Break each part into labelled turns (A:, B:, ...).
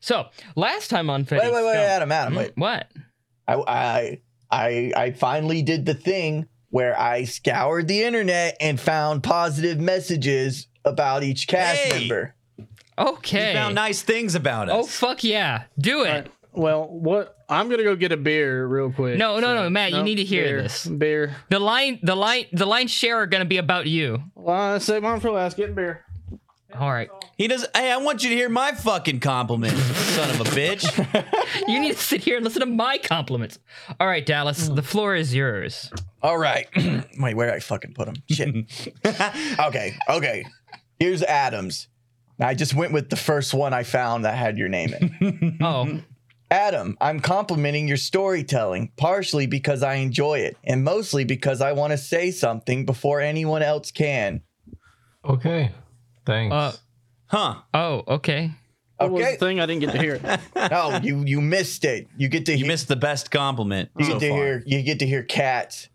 A: So last time on Fetty
B: Wait, wait, wait, Adam, Adam, wait.
A: What?
B: I, I, I, I finally did the thing where I scoured the internet and found positive messages about each cast
C: Hey.
B: member.
A: Okay.
C: You found nice things about
A: oh
C: us.
A: fuck yeah! Do it.
D: All right. Well, what? I'm gonna go get a beer real quick.
A: No, no, no, Matt, you
D: Nope,
A: need to hear
D: beer,
A: this.
D: Beer.
A: The line, the line, the line share are gonna be about you.
D: Well, I save mine for last. Get beer.
A: All right.
C: He does. Hey, I want you to hear my fucking compliments, son of a bitch.
A: You need to sit here and listen to my compliments. All right, Dallas, the floor is yours.
B: All right. Wait, where did I fucking put him? Shit. okay, okay. Here's Adams. I just went with the first one I found that had your name in.
A: Oh,
B: Adam, I'm complimenting your storytelling, partially because I enjoy it, and mostly because I want to say something before anyone else can.
E: Okay. Thanks.
A: uh,
C: Huh?
A: oh, okay.
D: What was the
B: Okay.
D: thing I didn't get to hear? it.
B: No, Oh, you you missed it. You get to
C: You
B: hear
C: missed the best compliment
B: You
C: so
B: get to
C: far.
B: hear you get to hear cats.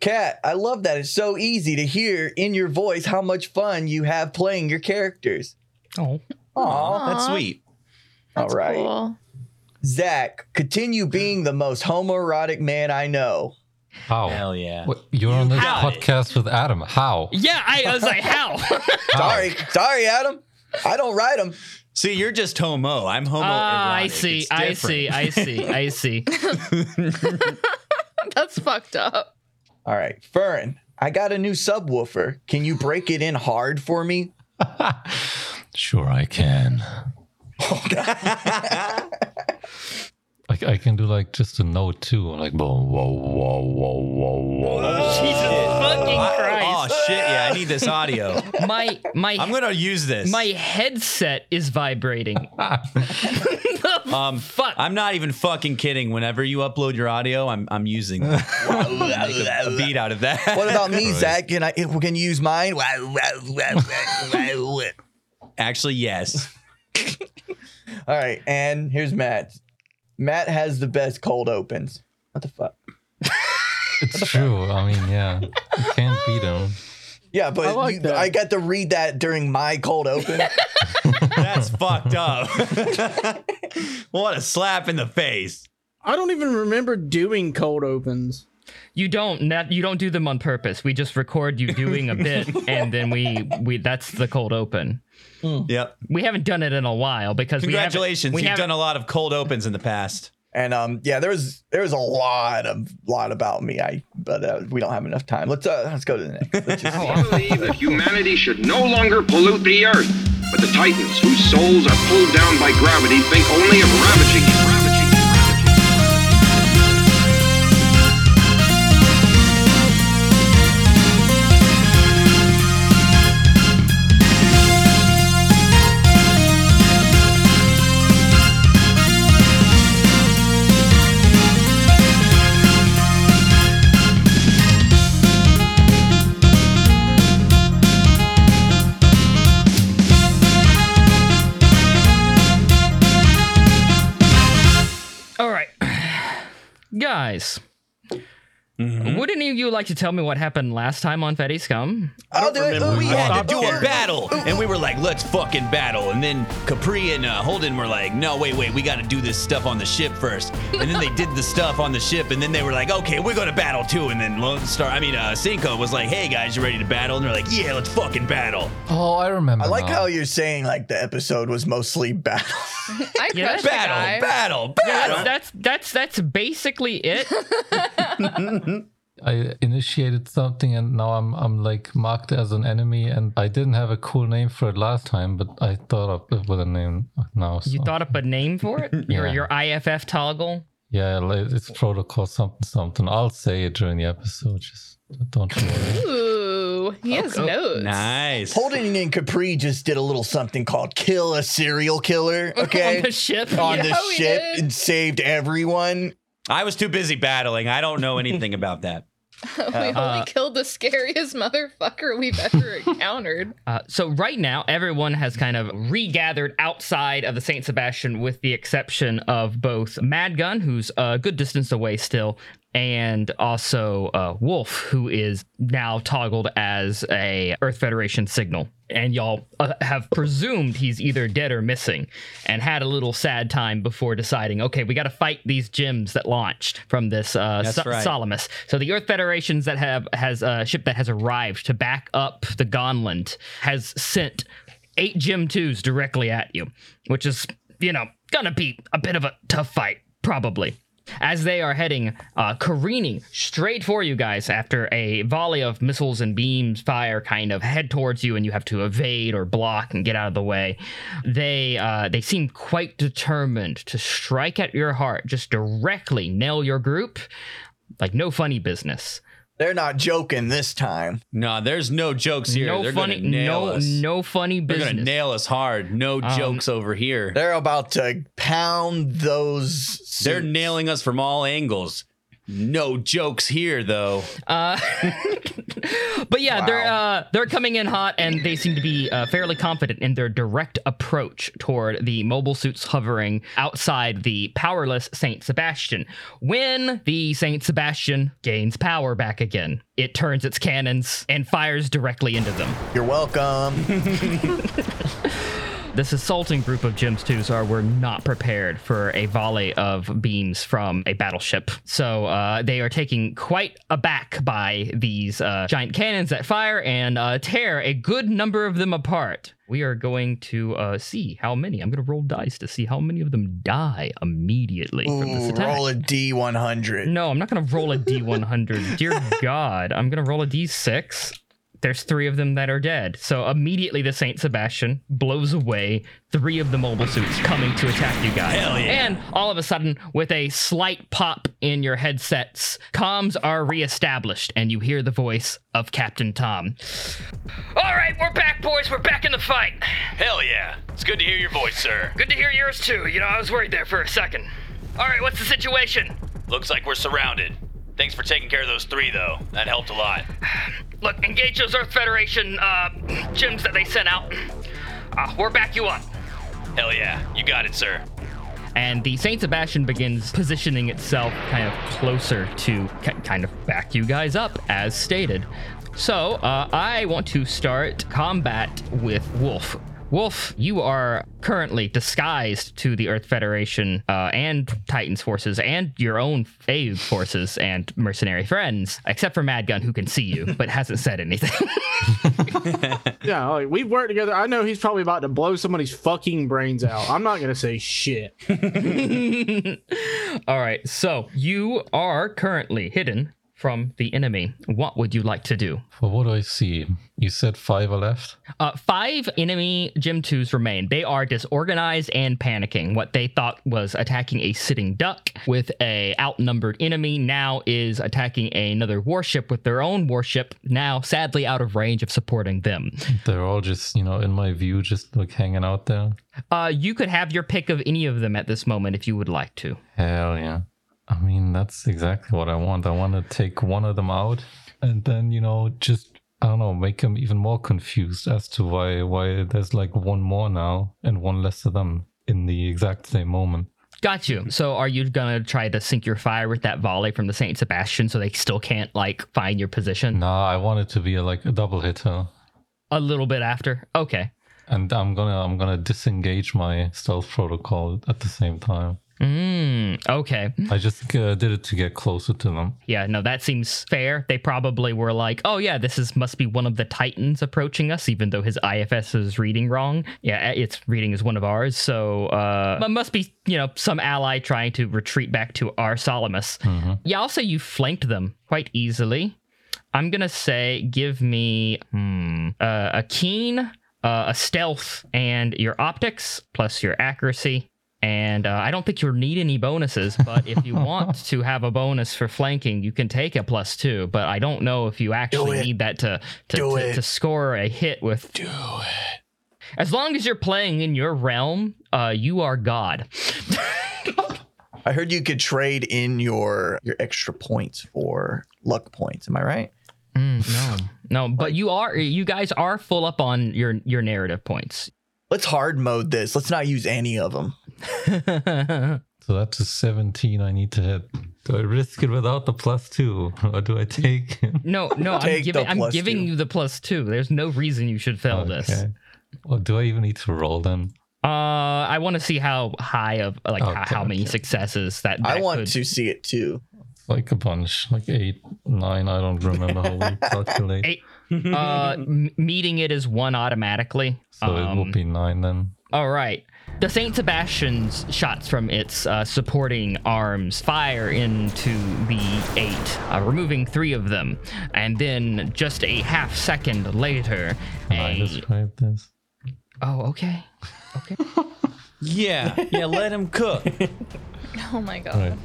B: Cat, I love that. It's so easy to hear in your voice how much fun you have playing your characters.
A: Oh,
B: Aw.
C: That's
F: Aw.
C: sweet.
B: All
F: That's
B: right.
F: cool.
B: Zach, continue being the most homoerotic man I know.
E: How?
C: Hell yeah.
E: What, you're on this
C: got it.
E: podcast with Adam. How?
A: yeah. I, was like, how?
E: How?
B: Sorry, sorry, Adam. I don't write them.
C: See, you're just homo. I'm homo.
A: Ah, I see. I see. I see. I see.
F: That's fucked up.
B: All right, Fern, I got a new subwoofer. Can you break it in hard for me?
E: Sure, I can. I, I can do like just a note too, like boom, whoa, whoa, whoa, whoa, whoa.
A: Jesus fucking
C: Oh,
A: Christ!
C: shit. Yeah, I need this audio.
A: My my
C: I'm gonna use this.
A: my headset is vibrating.
C: um,
A: Fuck.
C: I'm not even fucking kidding. Whenever you upload your audio, I'm I'm using that. Make a, a beat out of that.
B: What about me, Zach? Can I? Can you use mine? All
C: Actually, yes.
B: right, and here's Matt. Matt has the best cold opens. What the fuck?
E: It's true. I mean, yeah, you can't beat him.
B: Yeah, but
D: I
B: I,
D: like
B: you,
D: that.
B: I got to read that during my cold open.
C: That's fucked up. what a slap in the face.
D: I don't even remember doing cold opens.
A: You don't not, you don't do them on purpose. We just record you doing a bit, and then we we that's the cold open.
C: Yep.
A: We haven't done it in a while because
C: Congratulations.
A: We haven't, we
C: You've
A: haven't-
C: done a lot of cold opens in the past.
B: and um, yeah, there was there was a lot of lot about me. I but uh, we don't have enough time. Let's uh, let's go to the next. Let's just-
G: I believe that humanity should no longer pollute the earth. But the titans, whose souls are pulled down by gravity, think only of ravaging it, ravaging it, ravaging it.
A: All right, guys. Would any of you like to tell me what happened last time on Fetty Scum?
B: I'll do it. Ooh,
C: We had
B: yeah.
C: to do a battle, and we were like, "Let's fucking battle!" And then Capri and uh, Holden were like, "No, wait, wait, we got to do this stuff on the ship first. And then they did the stuff on the ship, and then they were like, "Okay, we're gonna battle too." And then Lone Star, I mean, uh, Cinco was like, "Hey guys, you ready to battle?" And they're like, "Yeah, let's fucking battle."
E: Oh, I remember.
B: I like
E: now.
B: how you're saying like the episode was mostly battle.
F: I
A: Yeah,
F: crushed
C: Battle,
F: the guy.
C: battle,
A: That's
C: battle.
A: that's that's, that's basically it.
E: I initiated something, and now I'm I'm like marked as an enemy, and I didn't have a cool name for it last time, but I thought up with a name now. So.
A: You thought up a name for it? Your
E: Yeah.
A: your IFF toggle?
E: Yeah, like, it's protocol something something. I'll say it during the episode. Just don't you worry.
F: Ooh, he has notes.
C: Nice.
B: Holden and Capri just did a little something called "Kill a Serial Killer." Okay.
A: on the ship.
B: on
A: Yeah.
B: the
F: we
B: ship
F: did.
B: and saved everyone.
C: I was too busy battling. I don't know anything about that.
F: We've only killed the scariest motherfucker we've ever encountered.
A: Uh, so right now, everyone has kind of regathered outside of the Saint Sebastian, with the exception of both Mad Gun, who's a good distance away still, and also uh, Wolf, who is now toggled as a Earth Federation signal. And y'all uh, have presumed he's either dead or missing, and had a little sad time before deciding, okay, we got to fight these gems that launched from this uh,
C: That's
A: Sol-
C: right.
A: Solomus. So the Earth Federation's that have has a ship that has arrived to back up the Gonland has sent eight Gem twos directly at you, which is you know gonna be a bit of a tough fight probably. As they are heading, uh, careening straight for you guys after a volley of missiles and beams fire kind of head towards you, and you have to evade or block and get out of the way. They uh, they seem quite determined to strike at your heart, just directly nail your group like no funny business.
B: They're not joking this time.
C: No, there's no jokes here.
A: no
C: They're
A: funny,
C: gonna nail
A: no
C: us.
A: no funny
C: They're gonna
A: business. Um,
C: nail us hard. No jokes over here. They're,
B: They're about to pound those. suits.
C: nailing us from all angles. No jokes here, though.
A: Uh, but yeah, they're uh, they're coming in hot, and they seem to be uh, fairly confident in their direct approach toward the mobile suits hovering outside the powerless Saint Sebastian. When the Saint Sebastian gains power back again, it turns its cannons and fires directly into them.
B: You're welcome.
A: This assaulting group of Gems 2s are were not prepared for a volley of beams from a battleship. So uh, they are taken quite aback by these uh, giant cannons that fire and uh, tear a good number of them apart. We are going to uh, see how many. I'm going to roll dice to see how many of them die immediately from this
B: Ooh,
A: attack.
B: roll a D100.
A: No, I'm not going to roll a D100. Dear God, I'm going to roll a D6. There's three of them that are dead. So immediately the Saint Sebastian blows away three of the mobile suits coming to attack you guys.
C: Hell yeah.
A: And all of a sudden, with a slight pop in your headsets, comms are reestablished and you hear the voice of Captain Tom. All right, we're back, boys. We're back in the fight.
C: Hell yeah! It's good to hear your voice, sir.
A: Good to hear yours too. You know, I was worried there for a second. All right, what's the situation?
C: Looks like we're surrounded. Thanks for taking care of those three, though. That helped a lot.
A: Look, engage those Earth Federation uh, gyms that they sent out. Uh, we're back you up.
C: Hell yeah! You got it, sir.
A: And the Saint Sebastian begins positioning itself kind of closer to ki kind of back you guys up, as stated. So uh, I want to start combat with Wolf. Wolf, you are currently disguised to the Earth Federation uh, and Titans forces and your own fave forces and mercenary friends, except for Madgun, who can see you but hasn't said anything.
D: Yeah, like, we've worked together. I know he's probably about to blow somebody's fucking brains out. I'm not gonna say shit.
A: All right, so you are currently hidden from the enemy. What would you like to do?
E: But what do I see? You said five are left.
A: Uh, five enemy Gym 2s remain. They are disorganized and panicking. What they thought was attacking a sitting duck with a outnumbered enemy now is attacking another warship with their own warship, now sadly out of range of supporting them.
E: They're all just, you know, in my view, just like hanging out there.
A: Uh, you could have your pick of any of them at this moment if you would like to.
E: Hell yeah. I mean, that's exactly what I want. I want to take one of them out and then, you know, just, I don't know, make them even more confused as to why why there's like one more now and one less of them in the exact same moment.
A: Got you. So are you gonna try to sink your fire with that volley from the Saint Sebastian so they still can't like find your position
E: Nah, I want it to be like a double hitter.
A: a little bit after? Okay.
E: And I'm gonna I'm gonna disengage my stealth protocol at the same time.
A: Mm, okay.
E: I just uh, did it to get closer to them.
A: Yeah, no, that seems fair. They probably were like, "Oh yeah, this is must be one of the Titans approaching us," even though his IFS is reading wrong. Yeah, eh, its reading is one of ours, so uh, it must be you know some ally trying to retreat back to our Solomus. Yeah, I'll say you flanked them quite easily. I'm gonna say, give me hmm, uh, a keen, uh, a stealth, and your optics plus your accuracy. And uh, I don't think you'll need any bonuses, but if you want to have a bonus for flanking, you can take a plus two. But I don't know if you actually
B: it.
A: need that to to,
B: Do
A: to,
B: it.
A: to score a hit with. Do it. As long as you're playing in your realm, uh, you are God.
B: I heard you could trade in your your extra points for luck points. Am I right? Mm,
A: No, but you are. You guys are full up on your your narrative points.
B: Let's hard mode this. Let's not use any of them.
E: So that's a 17 I need to hit. Do I risk it without the plus two? Or do I take it?
A: No, no, I'm
B: Take the
A: giving I'm
B: plus
A: giving
B: two.
A: you the plus two. There's no reason you should fail this.
E: Okay. Well, do I even need to roll then?
A: Uh, I want to see how high of like
B: Oh,
E: Okay,
A: how, how many
E: okay.
A: successes that,
B: I
A: that
B: want
A: could-
B: to see it too.
E: Like a bunch, like eight, nine. I don't remember how we calculate.
A: Eight. Uh, m- meeting it is one automatically.
E: So it
A: Um,
E: would be nine then.
A: All right. The Saint Sebastian's shots from its uh, supporting arms fire into the eight, uh, removing three of them. And then just a half second later,
E: Can I
A: a-
E: describe this?
A: oh, okay. Okay.
C: Yeah, yeah, let him cook.
F: Oh my god.
E: Right.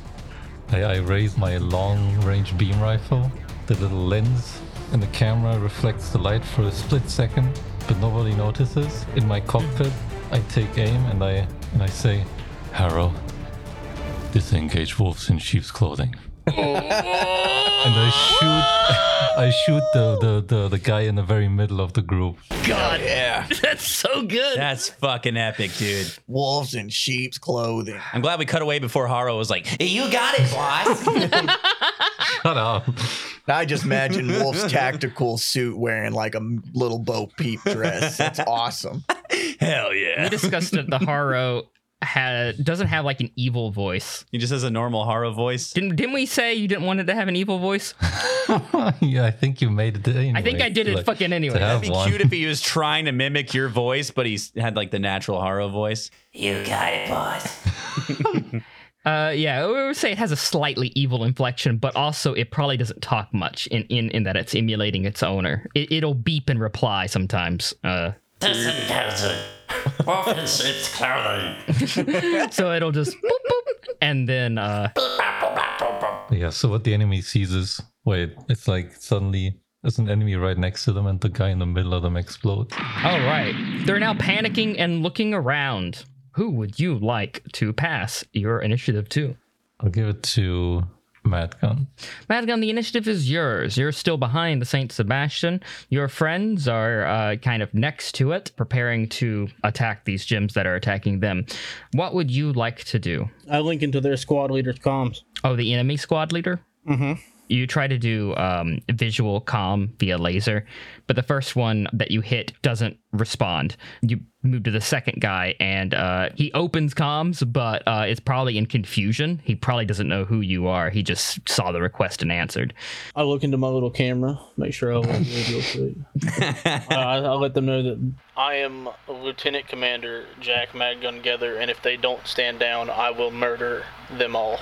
E: I, I raise my long range beam rifle. The little lens in the camera reflects the light for a split second, but nobody notices. In my cockpit, I take aim and I and I say, Harrow, disengage wolves in sheep's clothing. and I shoot I shoot the, the, the, the guy in the very middle of the group.
A: God,
B: Yeah.
A: that's so good.
C: That's fucking epic, dude.
B: Wolves in sheep's clothing.
C: I'm glad we cut away before Haro was like, hey, "You got it, boss."
E: Shut up.
B: I just imagine Wolf's tactical suit wearing like a little Bo Peep dress. That's awesome.
C: Hell yeah.
A: we discussed that the Haro ha doesn't have like an evil voice.
C: He just has a normal Haro voice.
A: Didn't didn't we say you didn't want it to have an evil voice?
E: yeah, I think you made it anyway.
A: I think I did it
E: Like,
A: fucking
E: to
A: anyway.
E: have
C: It'd be
E: one.
C: cute if he was trying to mimic your voice, but he s- had like the natural Haro voice. You got it, boss.
A: Uh, yeah, we would say it has a slightly evil inflection, but also it probably doesn't talk much in, in, in that it's emulating its owner. It, it'll beep and reply sometimes. Uh,
H: Disengaging. Offense is clothing.
A: so it'll just boop, boop, and then uh,
E: Yeah, so what the enemy sees is wait, it's like suddenly there's an enemy right next to them and the guy in the middle of them explodes.
A: all right, they're now panicking and looking around. Who would you like to pass your initiative to?
E: I'll give it to Mad Gun.
A: Madgun, the initiative is yours. You're still behind the Saint Sebastian. Your friends are uh, kind of next to it, preparing to attack these gyms that are attacking them. What would you like to do?
I: I link into their squad leader's comms.
A: Oh, the enemy squad leader? Mm hmm. You try to do um, visual comm via laser, but the first one that you hit doesn't respond. You move to the second guy, and uh, he opens comms, but uh, it's probably in confusion. He probably doesn't know who you are. He just saw the request and answered.
I: I look into my little camera, make sure I look good real quick. uh, I- I'll let them know that I am Lieutenant Commander Jack Madgun Gather, and if they don't stand down, I will murder them all.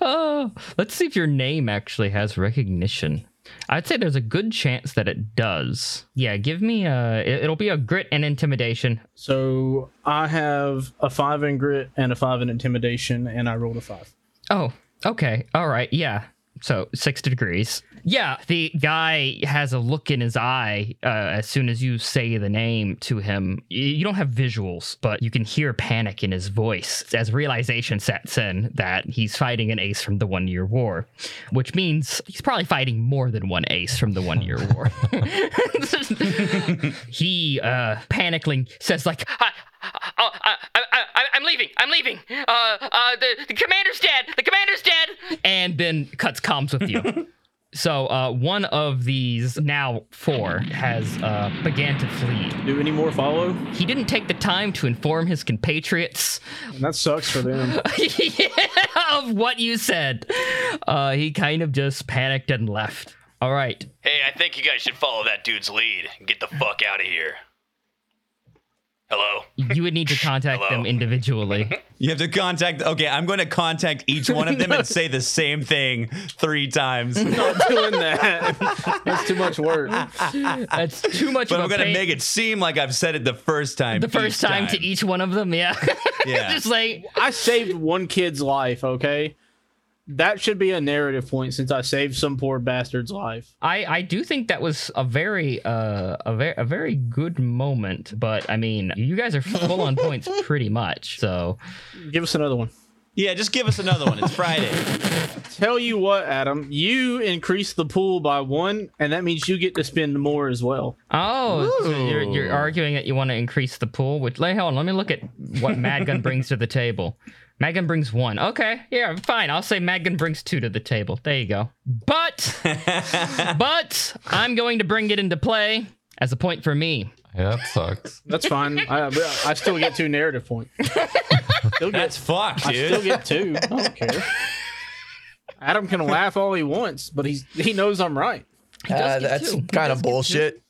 A: Oh, let's see if your name actually has recognition. I'd say there's a good chance that it does. Yeah, give me a. it- It'll be a grit and intimidation.
I: So I have a five in grit and a five in intimidation, and I rolled a five.
A: Oh, okay. All right. Yeah. So six degrees. Yeah. The guy has a look in his eye uh, as soon as you say the name to him. Y- You don't have visuals, but you can hear panic in his voice as realization sets in that he's fighting an ace from the one year war, which means he's probably fighting more than one ace from the one year war. he, uh, panicking, says, like, "I- Oh, I, I, I, I'm leaving. I'm leaving. Uh, uh, the, the commander's dead. The commander's dead. And then cuts comms with you. so uh, one of these now four has uh, began to flee.
I: Do any more follow?
A: He didn't take the time to inform his compatriots
D: And that sucks for them.
A: of what you said. Uh, he kind of just panicked and left. All right.
J: Hey, I think you guys should follow that dude's lead and get the fuck out of here. Hello?
A: You would need to contact
J: Hello.
A: them individually.
C: You have to contact. Okay, I'm going to contact each one of them and say the same thing three times.
D: Not doing that. That's too much work.
A: That's too much
C: But
A: of
C: I'm
A: a
C: going to
A: pain-
C: make it seem like I've said it the first time.
A: the first time, to each one of them. Yeah.
C: Yeah.
A: just like
D: I saved one kid's life, okay? That should be a narrative point since I saved some poor bastard's life.
A: I, I do think that was a very uh a very a very good moment, but I mean you guys are full on points pretty much. So
D: Give us another one.
C: Yeah, just give us another one. It's Friday.
D: Tell you what, Adam, you increase the pool by one, and that means you get to spend more as well.
A: Oh, so you're, you're arguing that you want to increase the pool, which, like, hold on, let me look at what Madgun brings to the table. Madgun brings one. Okay, yeah, fine. I'll say Madgun brings two to the table. There you go. But, but I'm going to bring it into play as a point for me.
E: Yeah, that sucks.
D: That's fine. I, I still get two narrative points. Still get,
C: That's fucked,
D: I
C: dude.
D: still get two. I don't care. Adam can laugh all he wants, but he's he knows I'm right.
B: Uh, that's kind of bullshit.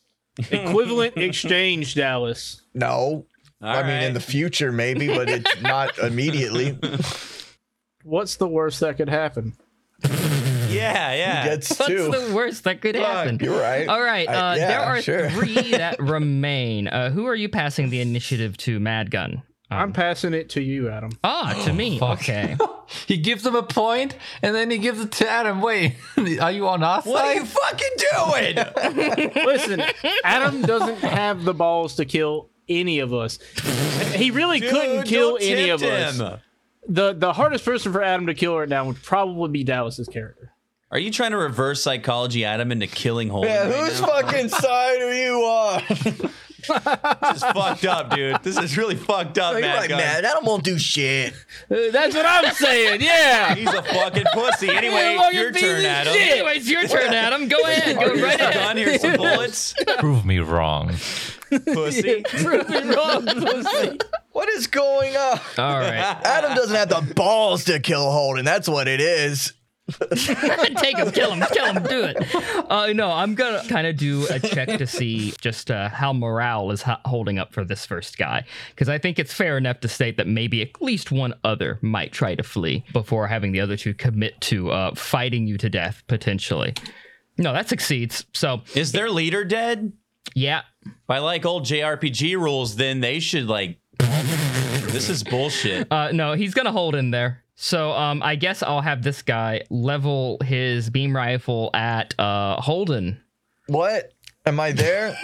D: Equivalent exchange, Dallas.
B: No. I mean, in the future, maybe, but it's not immediately.
D: What's the worst that could happen?
C: yeah, yeah.
B: Gets
A: What's
B: two.
A: the worst that could
B: Fuck,
A: happen?
B: you're right.
A: All right, uh,
B: I- yeah,
A: there are
B: sure.
A: three that remain. Uh, who are you passing the initiative to, Madgun?
D: I'm passing it to you, Adam.
A: Ah, to me.
E: Oh, fuck.
A: Okay.
E: He gives him a point, and then he gives it to Adam. Wait, are you on our
C: What are
E: side?
C: you fucking doing?
D: Listen, Adam doesn't have the balls to kill any of us. He really couldn't
C: Dude,
D: kill
C: don't
D: any of
C: tempt
D: us.
C: him.
D: The the hardest person for Adam to kill right now would probably be Dallas's character.
C: Are you trying to reverse psychology Adam into killing Holden?
B: Yeah,
C: right
B: whose
C: now?
B: fucking side are you on?
C: This is fucked up, dude. This is really fucked up,
B: You're
C: man.
B: like, man, that won't do shit.
A: Uh,
D: That's what I'm saying. Yeah.
C: He's a fucking pussy. Anyway, your turn, Adam.
A: Anyways, your turn, Adam. Go ahead. Go
C: Here's a
A: right ahead.
C: gun. Here's some bullets.
E: Prove me wrong.
C: Pussy.
B: What is going on?
A: All right.
B: Adam doesn't have the balls to kill Holden. That's what it is.
A: Take him, kill him, kill him, do it. Uh, no, I'm going to kind of do a check to see just uh, how morale is ho- holding up for this first guy. Because I think it's fair enough to state that maybe at least one other might try to flee before having the other two commit to uh, fighting you to death, potentially. No, that succeeds. So,
C: Is their leader dead?
A: yeah.
C: By like old JRPG rules, then they should like. this is bullshit.
A: Uh, no, he's gonna hold in there. So um, I guess I'll have this guy level his beam rifle at uh, Holden.
B: What? Am I there?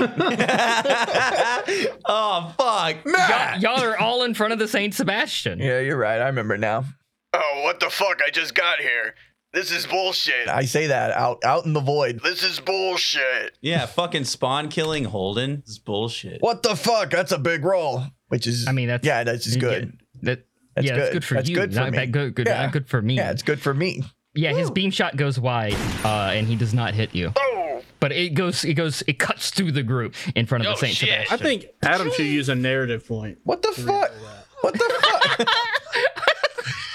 C: oh fuck,
A: Y'all, y'all are all in front of the Saint Sebastian.
B: yeah, you're right. I remember now.
G: Oh, what the fuck? I just got here. This is bullshit.
B: I say that out out in the void.
G: This is bullshit.
C: Yeah, fucking spawn killing Holden. This is bullshit.
B: What the fuck? That's a big roll. Which is
A: I mean, that's
B: yeah, that's just
A: yeah,
B: good.
A: that,
B: That's
A: yeah,
B: good.
A: that's good for
B: That's
A: you.
B: good for
A: not
B: me.
A: That good, good,
B: Yeah.
A: not good for me.
B: Yeah, it's good for me.
A: Yeah, his beam shot goes wide, uh, and he does not hit you.
G: Oh,
A: But it goes, it goes, it cuts through the group in front of
J: Oh,
A: the Saint
J: shit.
A: Sebastian.
D: I think Adam should use a narrative point.
B: What the fuck? What the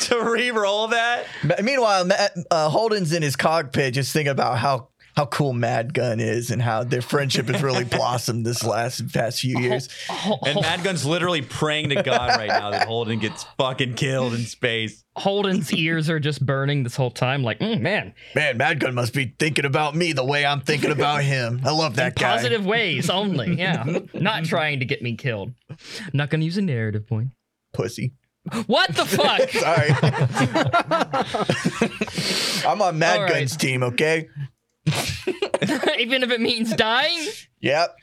C: to re-roll that?
B: fuck? Me- Meanwhile, Ma- uh, Holden's in his cockpit, just thinking about how how cool Mad Gun is and how their friendship has really blossomed this last past few years.
A: Hol-
C: And
A: Hol-
C: Madgun's literally praying to God right now that Holden gets fucking killed in space.
A: Holden's ears are just burning this whole time. Like, mm, man,
B: Man, Mad Gun must be thinking about me the way I'm thinking about him. I love that guy.
A: positive ways only. Yeah, not trying to get me killed. I'm not gonna use a narrative point.
B: pussy.
A: What the fuck?
B: Sorry. I'm on Mad
A: All right.
B: Gun's team, okay?
A: Even if it means dying.
B: Yep.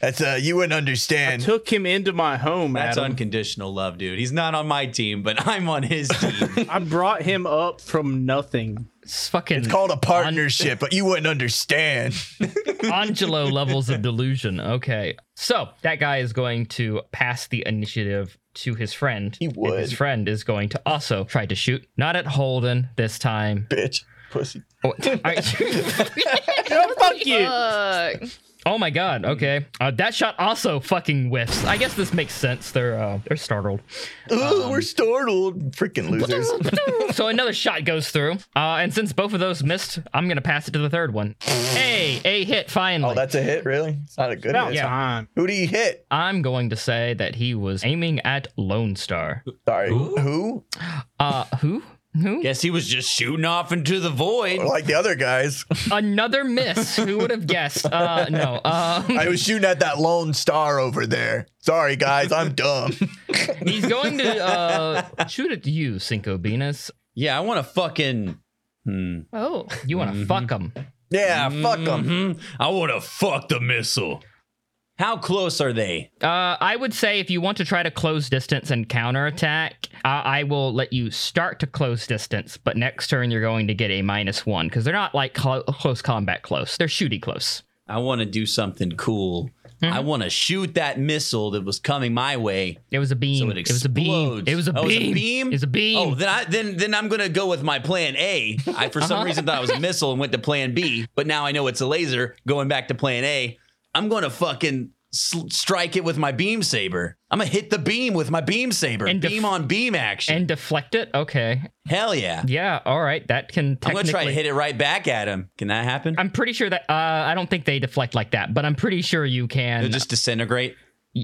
B: That's uh you wouldn't understand.
D: Took him into my home,
C: That's
D: Adam.
C: unconditional love, dude. He's not on my team, but I'm on his team.
D: I brought him up from nothing.
A: It's fucking
B: it's called a partnership, but you wouldn't understand.
A: Angelo levels of delusion. Okay. So that guy is going to pass the initiative to his friend.
B: He
A: and
B: would.
A: His friend is going to also try to shoot, not at Holden this time.
B: Bitch. Pussy.
A: Oh, all right.
D: Fuck you.
F: Fuck.
A: Oh my god. Okay. Uh, that shot also fucking whiffs. I guess this makes sense. They're uh, they're startled.
C: Um,
B: Ooh, we're startled. Freaking losers.
A: so another shot goes through. Uh, and since both of those missed, I'm gonna pass it to the third one. Hey, a hit finally.
B: oh, that's a hit, really? It's not a good
D: About
B: hit.
D: time.
B: Who do you hit?
A: I'm going to say that he was aiming at Lone Star.
B: Sorry. Who?
A: Uh, who? Who?
C: Guess he was just shooting off into the void.
B: Like the other guys.
A: Another miss. Who would have guessed? Uh, no. Um,
B: I was shooting at that lone star over there. Sorry guys, I'm dumb.
A: he's going to uh, shoot at you, Cinco Venus.
C: Yeah, I want to fucking. Hmm.
F: Oh.
C: Mm-hmm.
A: You want to fuck him?
B: yeah, fuck them.
C: Mhm. I want to fuck the missile. How close are they?
A: Uh, I would say if you want to try to close distance and counterattack, uh, I will let you start to close distance, but next turn you're going to get a minus one because they're not like clo- close combat close. They're shooty close.
C: I want to do something cool.
D: Hmm?
C: I want to shoot that missile that was coming my way.
A: It was a beam.
C: So it,
A: It was a beam.
C: explodes.
A: It was a
C: Oh, it was
A: beam.
C: a beam.
A: It was a beam.
C: Oh, then I then then I'm gonna go with my plan A. I for some
A: Uh-huh.
C: reason thought it was a missile and went to plan B, but now I know it's a laser. Going back to plan A, I'm gonna fucking sl- strike it with my beam saber. I'm gonna hit the beam with my beam saber.
A: And def-
C: beam on beam action.
A: And deflect it. Okay.
C: Hell yeah.
A: Yeah. All right. That can.
C: I'm gonna
A: Technically...
C: try to hit it right back at him. Can that happen?
A: I'm pretty sure that uh, I don't think they deflect like that, but I'm pretty sure you can.
C: It'll just disintegrate.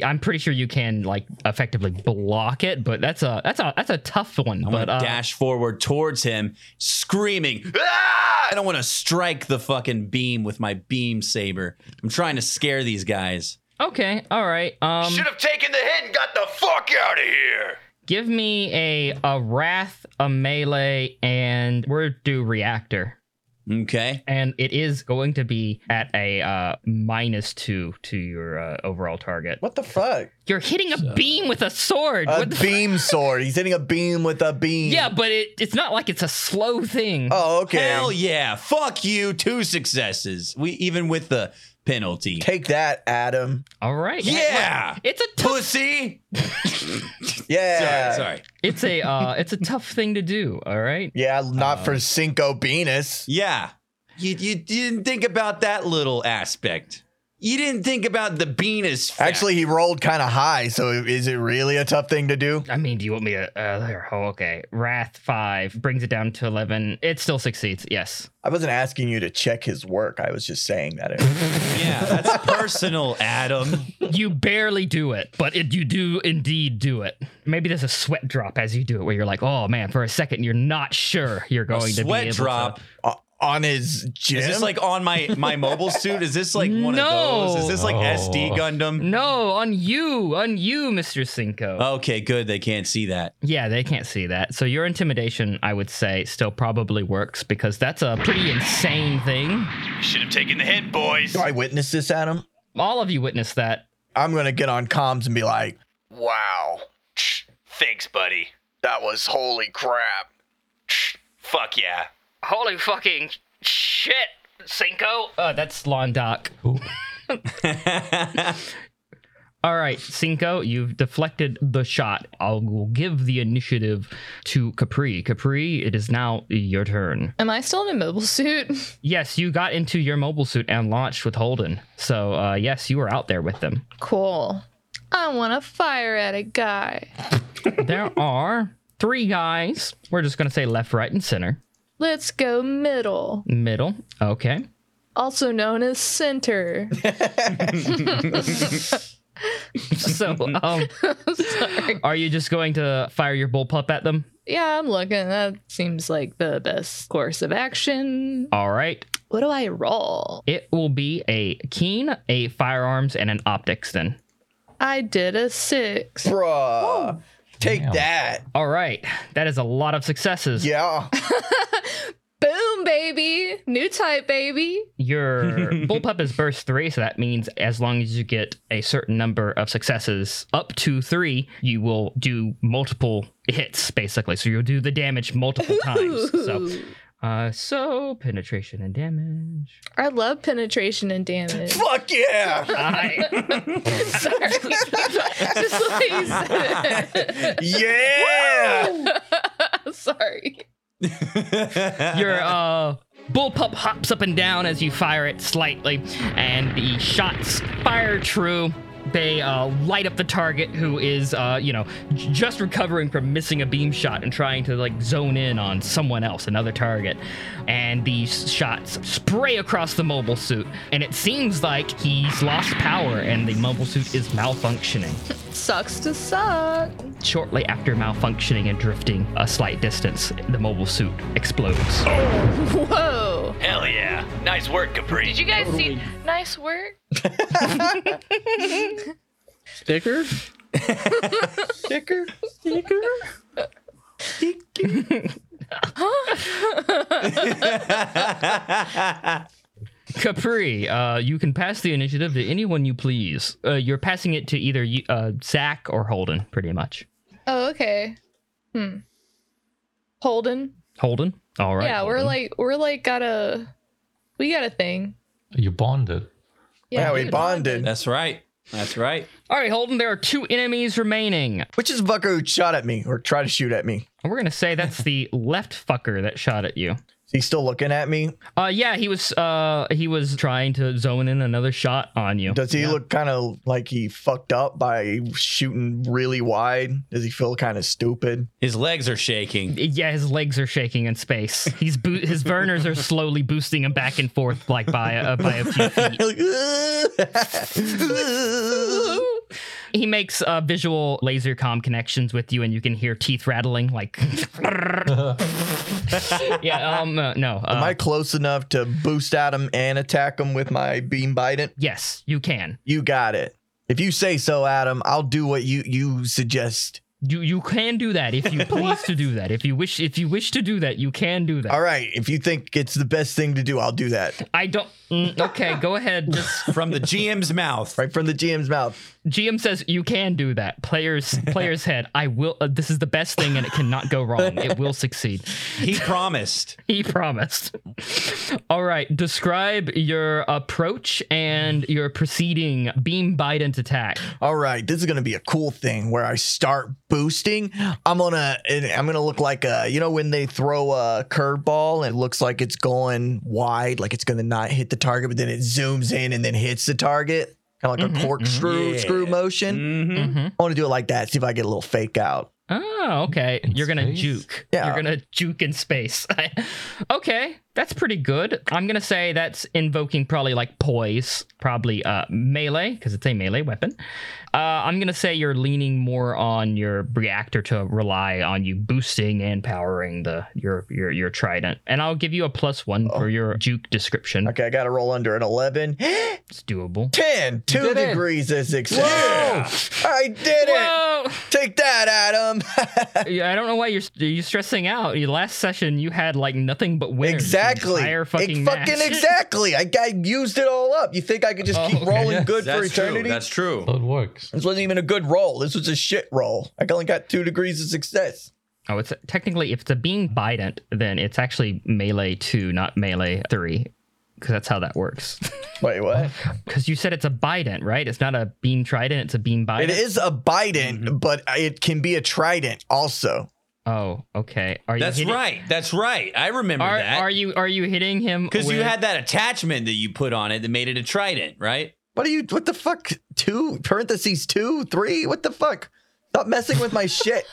A: I'm pretty sure you can like effectively block it, but that's a that's a that's a tough one.
C: I'm
A: but
C: gonna
A: uh,
C: dash forward towards him, screaming, "Ah!" I don't want to strike the fucking beam with my beam saber. I'm trying to scare these guys.
A: okay, all right. Um,
J: Should have taken the hit and got the fuck out of here.
A: give me a a wrath, a melee, and we're do reactor,
C: Okay.
A: and it is going to be at a uh, minus two to your uh, overall target.
B: What the fuck?
A: You're hitting a beam with a sword.
B: A
A: what the
B: beam sword. He's hitting a beam with a beam.
A: yeah, but it, it's not like it's a slow thing.
B: Oh, okay.
C: Hell yeah. Fuck you. Two successes. We even with the penalty.
B: Take that, Adam.
A: All right.
C: Yeah.
A: It's a tough
C: Pussy.
B: Yeah.
C: Sorry, sorry.
A: It's a uh, it's a tough thing to do. All right.
B: Yeah, not for Cinco Venus.
C: Yeah. You, you didn't think about that little aspect. You didn't think about the Venus. fact.
B: Actually, he rolled kind of high, so is it really a tough thing to do?
A: I mean, do you want me to? Uh, there. Oh, okay. Wrath five brings it down to eleven. It still succeeds. Yes.
B: I wasn't asking you to check his work. I was just saying that. It,
C: yeah, that's personal, Adam.
A: You barely do it, but it, you do indeed do it. Maybe there's a sweat drop as you do it, where you're like, oh man, for a second you're not sure you're
C: A
A: going to be
C: sweat
A: able
C: drop.
A: to.
B: o- on his gym.
C: Is this like on my my mobile suit? Is this like one of those? Is this like
E: No.
C: SD Gundam?
A: No, on you, on you, Mister Cinco.
C: Okay, good. They can't see that.
A: Yeah, they can't see that. So your intimidation, I would say, still probably works because that's a pretty insane thing.
J: Should have taken the hit, boys.
B: do I witness this, Adam?
A: All of you witnessed that.
B: I'm gonna get on comms and be like,
J: Wow. Tch, Thanks, buddy.
B: "That was holy crap."
J: Tch, Fuck yeah.
A: Holy fucking shit, Cinco. Uh, that's Lon Doc. All right, Cinco, you've deflected the shot. I'll will give the initiative to Capri. Capri, it is now your turn.
F: Am I still in a mobile suit?
A: Yes, you got into your mobile suit and launched with Holden. So, uh, yes, you were out there with them.
F: Cool. I want to fire at a guy.
A: there are three guys. We're just going to say left, right, and center.
F: Let's go middle,
A: Middle. Okay.
F: also known as center.
A: So, um,
F: Sorry.
A: are you just going to fire your bullpup at them?
F: Yeah, I'm looking. That seems like the best course of action.
A: All right.
F: What do I roll?
A: It will be a keen, a firearms, and an optics then.
F: I did a six.
B: Bruh, take
E: Damn.
B: that.
A: All right. That is a lot of successes.
B: Yeah.
F: Boom, baby. New type, baby.
A: Your bullpup is burst three, so that means as long as you get a certain number of successes up to three, you will do multiple hits, basically. So you'll do the damage multiple times. So
F: Ooh.
A: uh so penetration and damage.
F: I love penetration and damage.
B: Fuck yeah.
A: I,
F: Sorry. Just like you said it.
B: Yeah.
F: Sorry.
A: your uh bullpup hops up and down as you fire it slightly, and the shots fire true. They uh, light up the target, who is, uh, you know, j- just recovering from missing a beam shot and trying to like zone in on someone else, another target. And these shots spray across the mobile suit, and it seems like he's lost power, and the mobile suit is malfunctioning
F: Sucks to suck.
A: shortly after malfunctioning and drifting a slight distance, the mobile suit explodes.
F: Whoa.
J: Hell yeah. Nice work, Capri.
F: Did you guys see? Nice work.
D: Sticker? Sticker? Sticker?
A: Capri, uh, you can pass the initiative to anyone you please. Uh, you're passing it to either you- uh, Zach or Holden, pretty much.
F: Oh, okay. Hmm. Holden.
A: Holden, all right.
F: yeah, we're
A: Holden.
F: like we're like got a we got a thing.
E: You bonded.
B: Yeah, we
F: dude.
B: bonded.
C: That's right. That's right.
A: All right, Holden. There are two enemies remaining.
B: Which is the fucker who shot at me or tried to shoot at me?
A: And We're gonna say that's the left fucker that shot at you.
B: Is he still looking at me?
A: Uh, yeah, he was uh he was trying to zone in another shot on you.
B: Does he look kind of like he fucked up by shooting really wide? Does he feel kind of stupid?
C: His legs are shaking.
A: Yeah, his legs are shaking in space. He's bo- his burners are slowly boosting him back and forth like by a, by a few feet.
B: Like,
A: He makes uh, visual laser comm connections with you, and you can hear teeth rattling. Like, yeah, um, uh, no, uh,
B: Am I close enough to boost at him and attack him with my beam bident?
A: yes, you can.
B: You got it. If you say so, Adam, I'll do what you you suggest.
A: You you can do that if you please to do that. If you wish, if you wish to do that, you can do that.
B: All right, if you think it's the best thing to do, I'll do that.
A: I don't. mm, okay, go ahead. Just
C: From the GM's mouth.
B: Right from the GM's mouth.
A: GM says you can do that. Players players head. I will. Uh, this is the best thing, and it cannot go wrong. It will succeed.
C: He promised.
A: He promised. All right. Describe your approach and your preceding beam bident attack.
B: All right, this is gonna be a cool thing where I start boosting. I'm gonna and I'm gonna look like a you know when they throw a curveball and it looks like it's going wide, like it's gonna not hit the target, but then it zooms in and then hits the target, kind of like a cork screw screw motion.
C: Mm-hmm.
A: Mm-hmm.
B: I want to do it like that. See if I get a little fake out.
A: Oh, okay.
E: In
A: You're gonna
E: space?
A: juke.
B: Yeah.
A: You're gonna juke in space. okay, that's pretty good. I'm gonna say that's invoking probably like poise, probably uh melee because it's a melee weapon. Uh, I'm gonna say you're leaning more on your reactor to rely on you boosting and powering the your your your trident, and I'll give you a plus one for your juke description.
B: Okay, Oh. I got to roll under an 11.
A: It's doable.
B: 10, two
D: did it.
B: degrees of success. I did it.
A: Whoa!
B: Take that, Adam.
A: Yeah, I don't know why you're you stressing out. Your last session, you had like nothing but winners. the
B: exactly.
A: entire
B: It-
A: fucking,
B: fucking
A: match.
B: exactly. I, I used it all up. You think I could just
A: Oh,
B: keep
A: okay.
B: rolling
E: Yeah,
B: good for
C: That's true.
B: eternity?
C: That's true.
E: So it works.
B: This wasn't even a good roll. This was a shit roll. I only got two degrees of success.
A: Oh, it's technically if it's a being bident, then it's actually melee two, not melee three, because that's how that works.
B: Wait, what?
A: Because you said it's a bident, right? It's not a beam trident; it's a beam bident.
B: It is a Biden,
A: Mm-hmm.
B: but it can be a trident also.
A: Oh, okay. Are you?
C: That's
A: hitting-
C: right. That's right. I remember
A: Are,
C: that.
A: are you are you hitting him?
C: because you
A: with-
C: had that attachment that you put on it that made it a trident, right?
B: What are you? What the fuck? Two parentheses, two, three. What the fuck? Stop messing with my shit.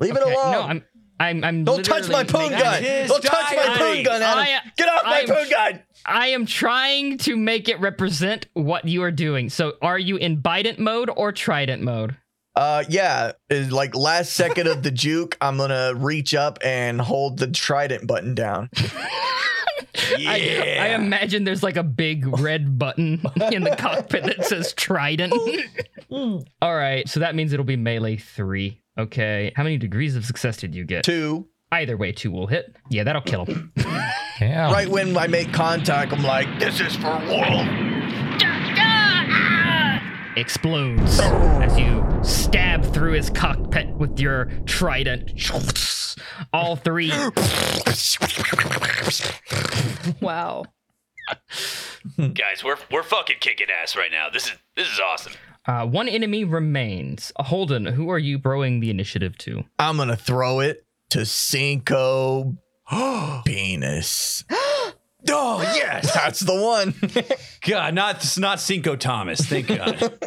B: Leave
A: Okay,
B: it alone.
A: No, I'm I'm I'm.
B: Don't touch my
A: literally
B: poon
A: making-
B: gun.
C: his
B: Don't touch my
C: diary.
B: poon gun, Adam.
A: I-
B: Get off my
A: I'm-
B: poon gun.
A: I am trying to make it represent what you are doing. So, are you in bident mode or trident mode?
B: Uh, yeah, is like last second of the juke. I'm gonna reach up and hold the trident button down.
C: Yeah.
A: I, I imagine there's like a big red button in the cockpit that says Trident. All right, so that means it'll be melee three. Okay, how many degrees of success did you get?
B: Two.
A: Either way, two will hit. Yeah, that'll kill him.
E: Yeah.
B: Right when I make contact, I'm like, this is for Wolf.
A: Explodes as you stab through his cockpit with your trident. All three
F: Wow.
J: Guys, we're we're fucking kicking ass right now. This is this is awesome.
A: Uh, one enemy remains. Holden, who are you throwing the initiative to?
B: I'm gonna throw it to Cinco penis.
C: oh yes.
B: That's the one.
C: God, not it's not Cinco Thomas. Thank God.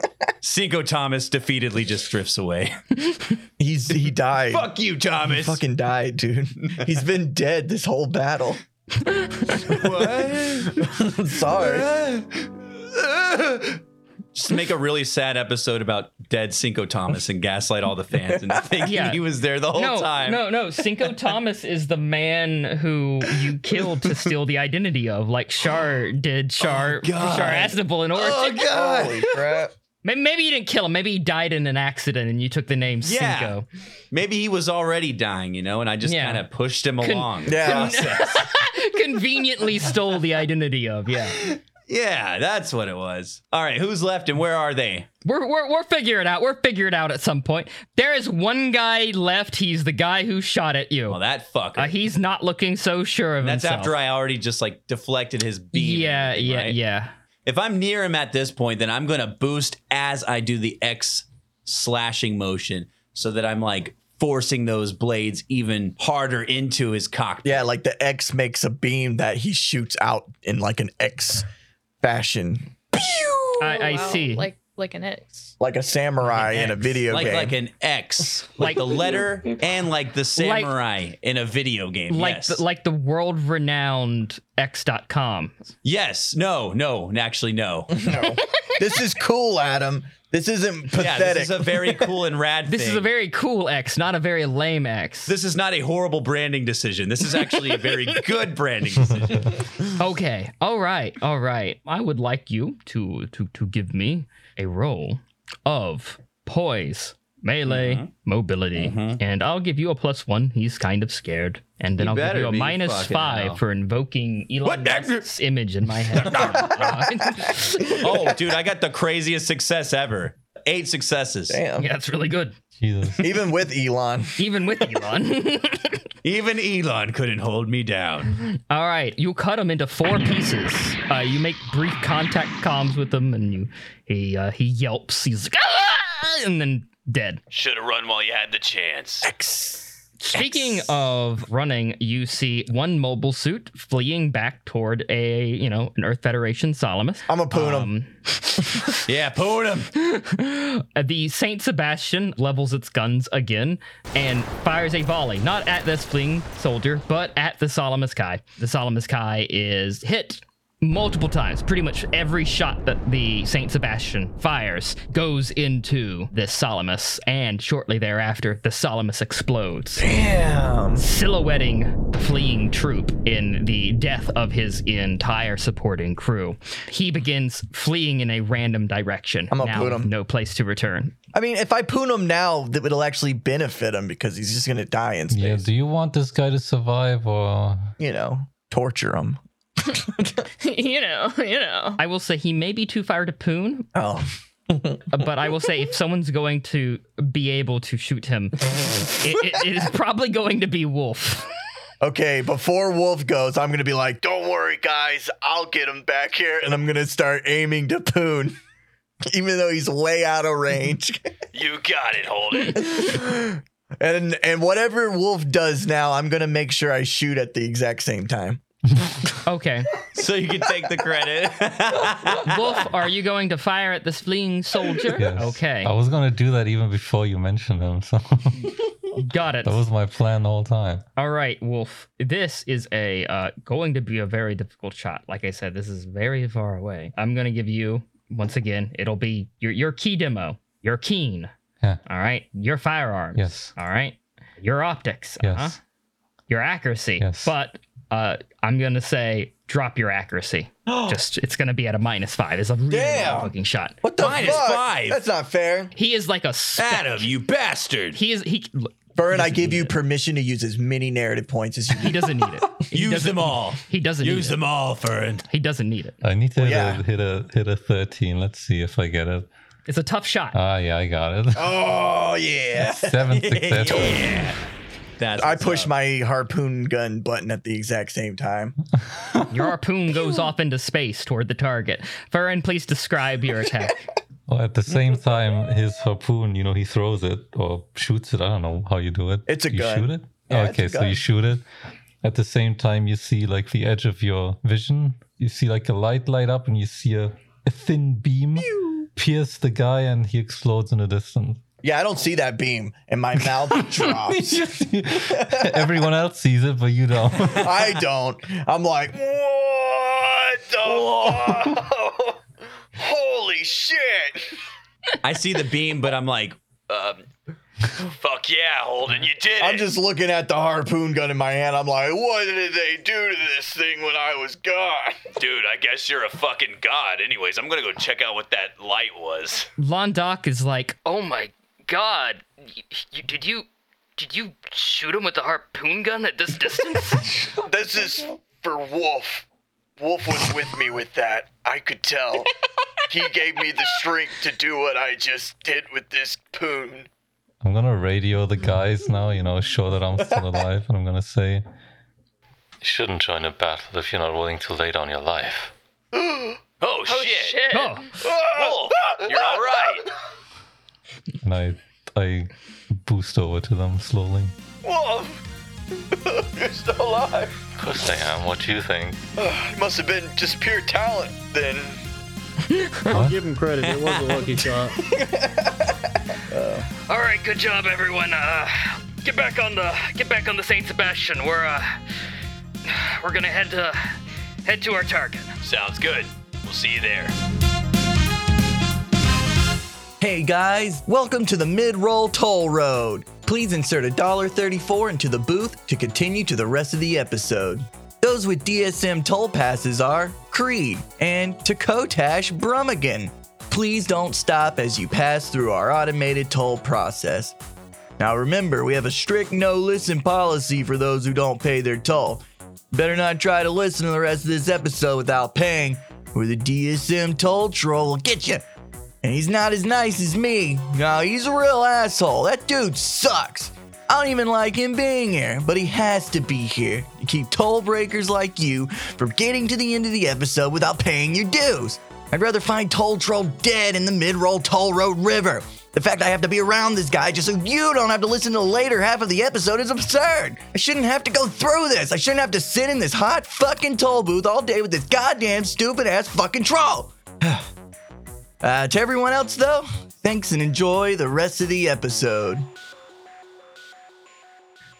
C: Cinco Thomas defeatedly just drifts away.
B: He's he died.
C: Fuck you,
B: He
C: Thomas.
B: fucking died, dude. He's been dead this whole battle. I'm sorry.
C: Just make a really sad episode about dead Cinco Thomas and gaslight all the fans and thinking
A: Yeah.
C: he was there the whole
A: no,
C: time.
A: no, no. Cinco Thomas is the man who you killed to steal the identity of, like Char did. Char, Char
C: Oh God.
A: Aznable in
C: Oh
A: Origin.
C: God.
B: Holy crap.
A: May- Maybe you didn't kill him. Maybe he died in an accident and you took the name
C: Yeah.
A: Cinco.
C: Maybe he was already dying, you know, and I just
A: Yeah.
C: kind of pushed him
A: Con-
C: along.
B: Yeah.
C: Process.
A: Conveniently stole the identity of, yeah.
C: yeah, that's what it was. All right, who's left and where are they?
A: We're, we're, we're figuring it out. We're figuring it out at some point. There is one guy left. He's the guy who shot at you.
C: Well, that fucker.
A: Uh, he's not looking so sure of
C: that's
A: himself.
C: after I already just like deflected his beam. and
A: Yeah,
C: everything,
A: yeah,
C: right?
A: yeah.
C: If I'm near him at this point, then I'm gonna boost as I do the X slashing motion so that I'm like forcing those blades even harder into his cockpit.
B: Yeah, like the X makes a beam that he shoots out in like an X fashion,
A: I, I
F: Wow,
A: see.
F: Like like an X.
B: like a samurai in a
C: X.
B: video
C: like
B: game.
C: like an X,
A: Like-
C: like, the letter and like the samurai in a video game.
A: like
C: yes,
A: the, like the world renowned X.com.
C: yes, no, no, actually no.
B: No. this is cool, Adam. This isn't
C: yeah,
B: pathetic.
C: this is a very cool and rad.
A: This is
C: thing.
A: a very cool X, not a very lame X.
C: This is not a horrible branding decision. This is actually a very good branding decision.
A: okay. All right. All right. I would like you to to to give me a roll of poise, melee,
C: Mm-hmm.
A: mobility, and I'll give you a plus one. He's kind of scared, and then
C: You
A: I'll give
C: better
A: you a
C: be
A: minus
C: fucking
A: five
C: hell.
A: for invoking Elon
C: What the-
A: Musk's image in my head.
C: Oh, dude, I got the craziest success ever. Eight successes.
B: Damn.
A: yeah, that's really good.
E: Jesus.
B: Even with Elon.
A: Even with Elon.
C: Even Elon couldn't hold me down.
A: All right, you cut him into four pieces. Uh, you make brief contact comms with him, and you he uh, he yelps. He's like, "Ah!" and then dead.
J: Should have run while you had the chance.
A: Speaking of running, you see one mobile suit fleeing back toward a you know an Earth Federation Salamis. Um,
B: I'm a poon him.
C: Um, Yeah, pwn him.
A: Uh, the Saint Sebastian levels its guns again and fires a volley, not at this fleeing soldier, but at the Salamis Kai. The Salamis Kai is hit multiple times. Pretty much every shot that the Saint Sebastian fires goes into this Salamis, and shortly thereafter, the Salamis explodes. Silhouetting the fleeing troop in the death of his entire supporting crew. He begins fleeing in a random direction.
B: I'ma
A: now
B: put
A: with
B: him-
A: no place to return.
B: I mean, if I poon him now, that it'll actually benefit him because he's just gonna die in
E: Yeah,
B: space.
E: do you want this guy to survive or
B: You know, torture him.
F: you know, you know.
A: I will say he may be too far to poon,
B: Oh,
A: but I will say if someone's going to be able to shoot him, it, it- it is probably going to be Wolf.
B: okay. Before Wolf goes, I'm gonna be like, "Don't worry, guys, I'll get him back here," and I'm gonna start aiming to poon, even though he's way out of range.
J: You got it, Holden.
B: and and whatever Wolf does now, I'm gonna make sure I shoot at the exact same time.
A: Okay.
C: So you can take the credit.
A: Wolf, are you going to fire at this fleeing soldier?
E: Yes.
A: Okay.
E: I was gonna do that even before you mentioned him, so
A: Got it.
E: that was my plan the whole time.
A: All right, Wolf. This is a uh, going to be a very difficult shot. Like I said, this is very far away. I'm gonna give you once again. It'll be your your key demo. Your keen.
E: Yeah.
A: All right. Your firearms.
E: Yes.
A: All right. Your optics. Uh-huh.
E: Yes.
A: Your accuracy.
E: Yes.
A: But uh, I'm gonna say drop your accuracy. Just it's gonna be at a minus five. It's a really
B: Damn.
A: long fucking shot.
B: What the
C: Minus
B: fuck?
C: five.
B: That's not fair.
A: He is like a speck.
C: Adam, you bastard.
A: He is he. look,
B: Vern, I give you permission to use as many narrative points as you
A: He doesn't need it. He
C: Use
A: doesn't-
C: them all.
A: He doesn't
C: Use
A: need
C: them all, Fern.
A: it. He doesn't need it.
E: I need to hit,
B: yeah.
E: a, hit a hit a thirteen. Let's see if I get it.
A: It's a tough shot.
E: Ah yeah, I got it.
B: Oh yeah.
E: Seven successes.
C: yeah. That's
B: I
C: what's
B: push
C: up.
B: my harpoon gun button at the exact same time.
A: Your harpoon goes off into space toward the target. Farron, please describe your attack.
E: Well, at the same time, his harpoon, you know, he throws it or shoots it. I don't know how you do it.
B: It's a
E: you
B: gun.
E: shoot it? Oh,
B: Yeah, it's a
E: okay, so
B: gun.
E: you shoot it. At the same time, you see like the edge of your vision. You see like a light light up and you see a, a thin beam pierce the guy and he explodes in the distance.
B: Yeah, I don't see that beam, and my mouth drops.
E: Everyone else sees it, but you don't.
B: I don't. I'm like, what the fuck? Holy shit!
C: I see the beam, but I'm like, um,
J: Fuck yeah, Holden, you did
B: I'm
J: it.
B: just looking at the harpoon gun in my hand. I'm like, what did they do to this thing when I was gone?
J: Dude, I guess you're a fucking god. Anyways, I'm gonna go check out what that light was.
A: Londok is like,
K: Oh my god! Y- y- did you did you shoot him with a harpoon gun at this distance?
B: This is for Wolf. Wolf was with me with that. I could tell. he gave me the strength to do what I just did with this poon.
E: I'm gonna radio the guys now, you know, show that I'm still alive, and I'm gonna say,
L: You shouldn't join a battle if you're not willing to lay down your life.
J: oh, shit.
A: Oh.
J: Wolf, you're all right.
E: and I I boost over to them slowly.
B: Wolf! You're still alive.
L: Of course I am. What do you think?
B: Ugh, it must have been just pure talent then.
D: I'll give him credit. It was a lucky shot.
K: All right, good job, everyone. Uh, get back on the get back on the Saint Sebastian. We're uh, we're gonna head to head to our target.
J: Sounds good. We'll see you there.
B: Hey guys, welcome to the Mid Roll Toll Road. Please insert $1.34 into the booth to continue to the rest of the episode. Those with DSM toll passes are Creed and Takotash Brummigan. Please don't stop as you pass through our automated toll process. Now remember, we have a strict no listen policy for those who don't pay their toll. Better not try to listen to the rest of this episode without paying, or the DSM toll troll will get you. And he's not as nice as me. No, he's a real asshole. That dude sucks. I don't even like him being here, but he has to be here to keep toll breakers like you from getting to the end of the episode without paying your dues. I'd rather find Toll Troll dead in the mid roll Toll Road River. The fact I have to be around this guy just so you don't have to listen to the later half of the episode is absurd. I shouldn't have to go through this. I shouldn't have to sit in this hot fucking toll booth all day with this goddamn stupid ass fucking troll. Uh, to everyone else, though, thanks and enjoy the rest of the episode.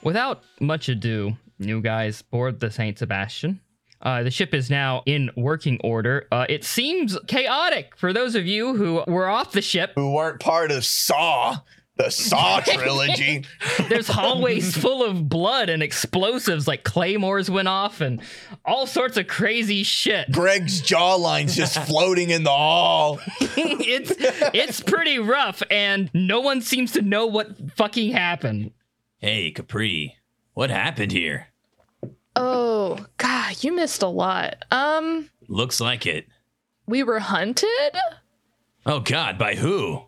A: Without much ado, you guys board the Saint Sebastian. Uh, the ship is now in working order. Uh, it seems chaotic for those of you who were off the ship,
B: who weren't part of Saw, the Saw trilogy.
A: There's hallways full of blood and explosives, like claymores went off, and all sorts of crazy shit.
B: Greg's jawline's just floating in the hall.
A: it's it's pretty rough, and no one seems to know what fucking happened.
C: Hey, Capri, what happened here?
F: Oh, God, you missed a lot. Um,
C: Looks like it.
F: we were hunted?
C: Oh God, by who?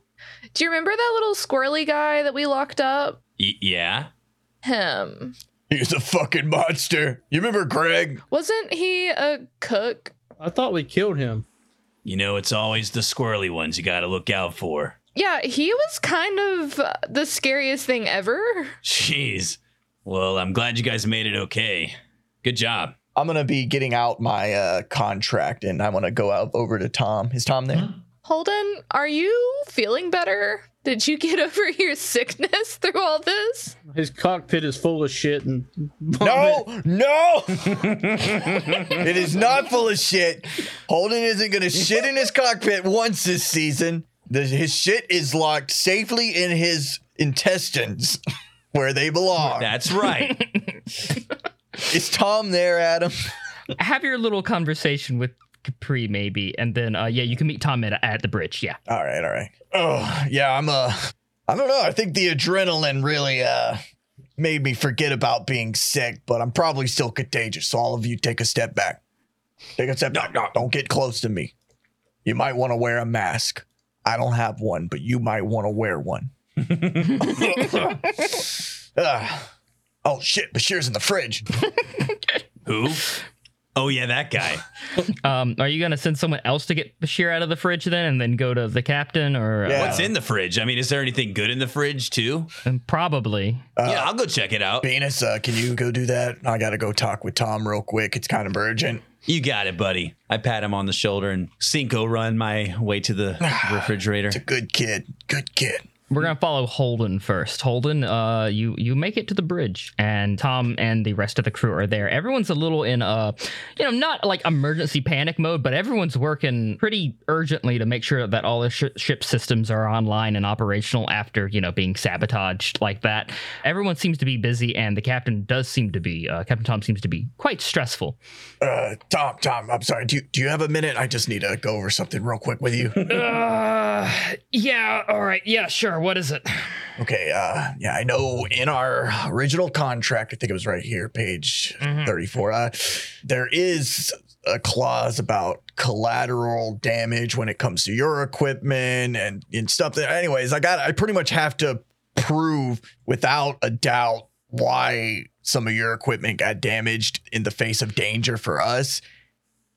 F: Do you remember that little squirrely guy that we locked up?
C: Y- yeah.
F: Him.
B: He's a fucking monster. You remember Greg?
F: Wasn't he a cook?
D: I thought we killed him.
C: You know, it's always the squirrely ones you got to look out for.
F: Yeah, he was kind of uh, the scariest thing ever.
C: Jeez. Well, I'm glad you guys made it okay. Good job.
B: I'm gonna be getting out my uh, contract, and I want to go out over to Tom. Is Tom there?
F: Holden, are you feeling better? Did you get over your sickness through all this?
D: His cockpit is full of shit and
B: No, no, it is not full of shit. Holden isn't gonna shit in his cockpit once this season. The, his shit is locked safely in his intestines, where they belong.
C: That's right.
B: is Tom there, Adam?
A: Have your little conversation with Capri, maybe, and then uh, yeah, you can meet Tom at, at the bridge. Yeah.
B: All right, all right. Oh, yeah, I'm uh I don't know. I think the adrenaline really uh made me forget about being sick, but I'm probably still contagious. So all of you take a step back. Take a step back. No, Don't get close to me. You might want to wear a mask. I don't have one, but you might want to wear one. Ugh. oh shit, Bashir's in the fridge.
C: Who? Oh yeah, that guy.
A: Um, are you gonna send someone else to get Bashir out of the fridge then, and then go to the captain or uh,
C: What's in the fridge? I mean, is there anything good in the fridge too?
A: and uh, probably.
B: Uh,
C: yeah, I'll go check it out.
B: Venus, uh, can you go do that? I gotta go talk with Tom real quick. It's kind of urgent.
C: You got it, buddy. I pat him on the shoulder and Cinco run my way to the refrigerator.
B: Good kid. Good kid.
A: We're gonna follow Holden first. Holden, uh, you you make it to the bridge, and Tom and the rest of the crew are there. Everyone's a little in a, you know, not like emergency panic mode, but everyone's working pretty urgently to make sure that all the sh- ship systems are online and operational after you know being sabotaged like that. Everyone seems to be busy, and the captain does seem to be. Uh, captain Tom seems to be quite stressful.
B: Uh, Tom, Tom, I'm sorry. Do you, do you have a minute? I just need to go over something real quick with you.
K: Uh, yeah, all right. Yeah, sure. What is it?
B: Okay, uh, yeah, I know in our original contract, I think it was right here, page 34, uh, there is a clause about collateral damage when it comes to your equipment and, and stuff. That, anyways, I got, I pretty much have to prove without a doubt why some of your equipment got damaged in the face of danger for us.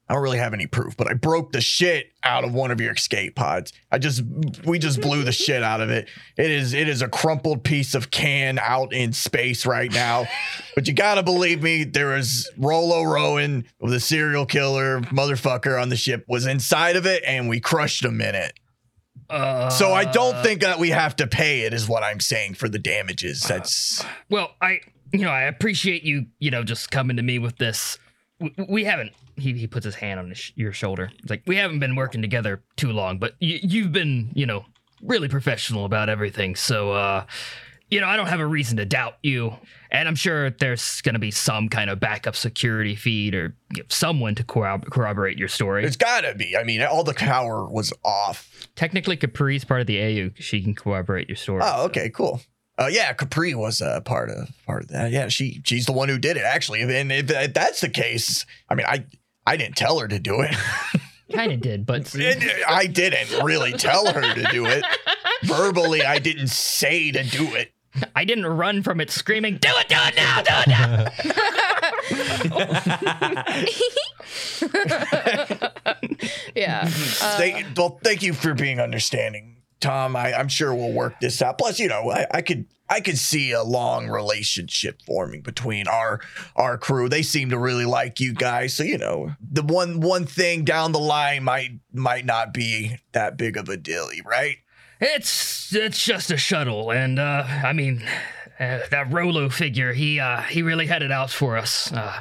B: I don't really have any proof, but I broke the shit out of one of your escape pods. I just we just blew the shit out of it. It is it is a crumpled piece of can out in space right now. but you gotta believe me, there is Rolo Rowan, the serial killer motherfucker on the ship, was inside of it and we crushed him in it.
K: Uh,
B: so I don't think that we have to pay it is what I'm saying for the damages. That's
K: Well, I, you know, I appreciate you, you know, just coming to me with this. We, we haven't. He, he puts his hand on his, sh- your shoulder. It's like we haven't been working together too long, but y- you've been, you know, really professional about everything. So, uh, you know, I don't have a reason to doubt you, and I'm sure there's going to be some kind of backup security feed or you know, someone to corrob- corroborate your story.
B: it's gotta be. I mean, all the power was off.
A: Technically, Capri's part of the AU. She can corroborate your story.
B: Oh, okay, cool. Uh, yeah, Capri was a part of part of that. Yeah, she she's the one who did it actually. And if, if that's the case, I mean, I I didn't tell her to do it.
A: Kind of did, but
B: And I didn't really tell her to do it. Verbally, I didn't say to do it.
A: I didn't run from it screaming, "Do it! Do it now! Do it now!"
F: yeah. Uh,
B: Thank- well, thank you for being understanding, Tom. I, I'm sure we'll work this out. Plus, you know, I, I could I could see a long relationship forming between our our crew. They seem to really like you guys, so you know, the one one thing down the line might might not be that big of a dilly, right?
K: It's it's just a shuttle, and uh, I mean, uh, that Rolo figure, he uh, he really had it out for us. Uh,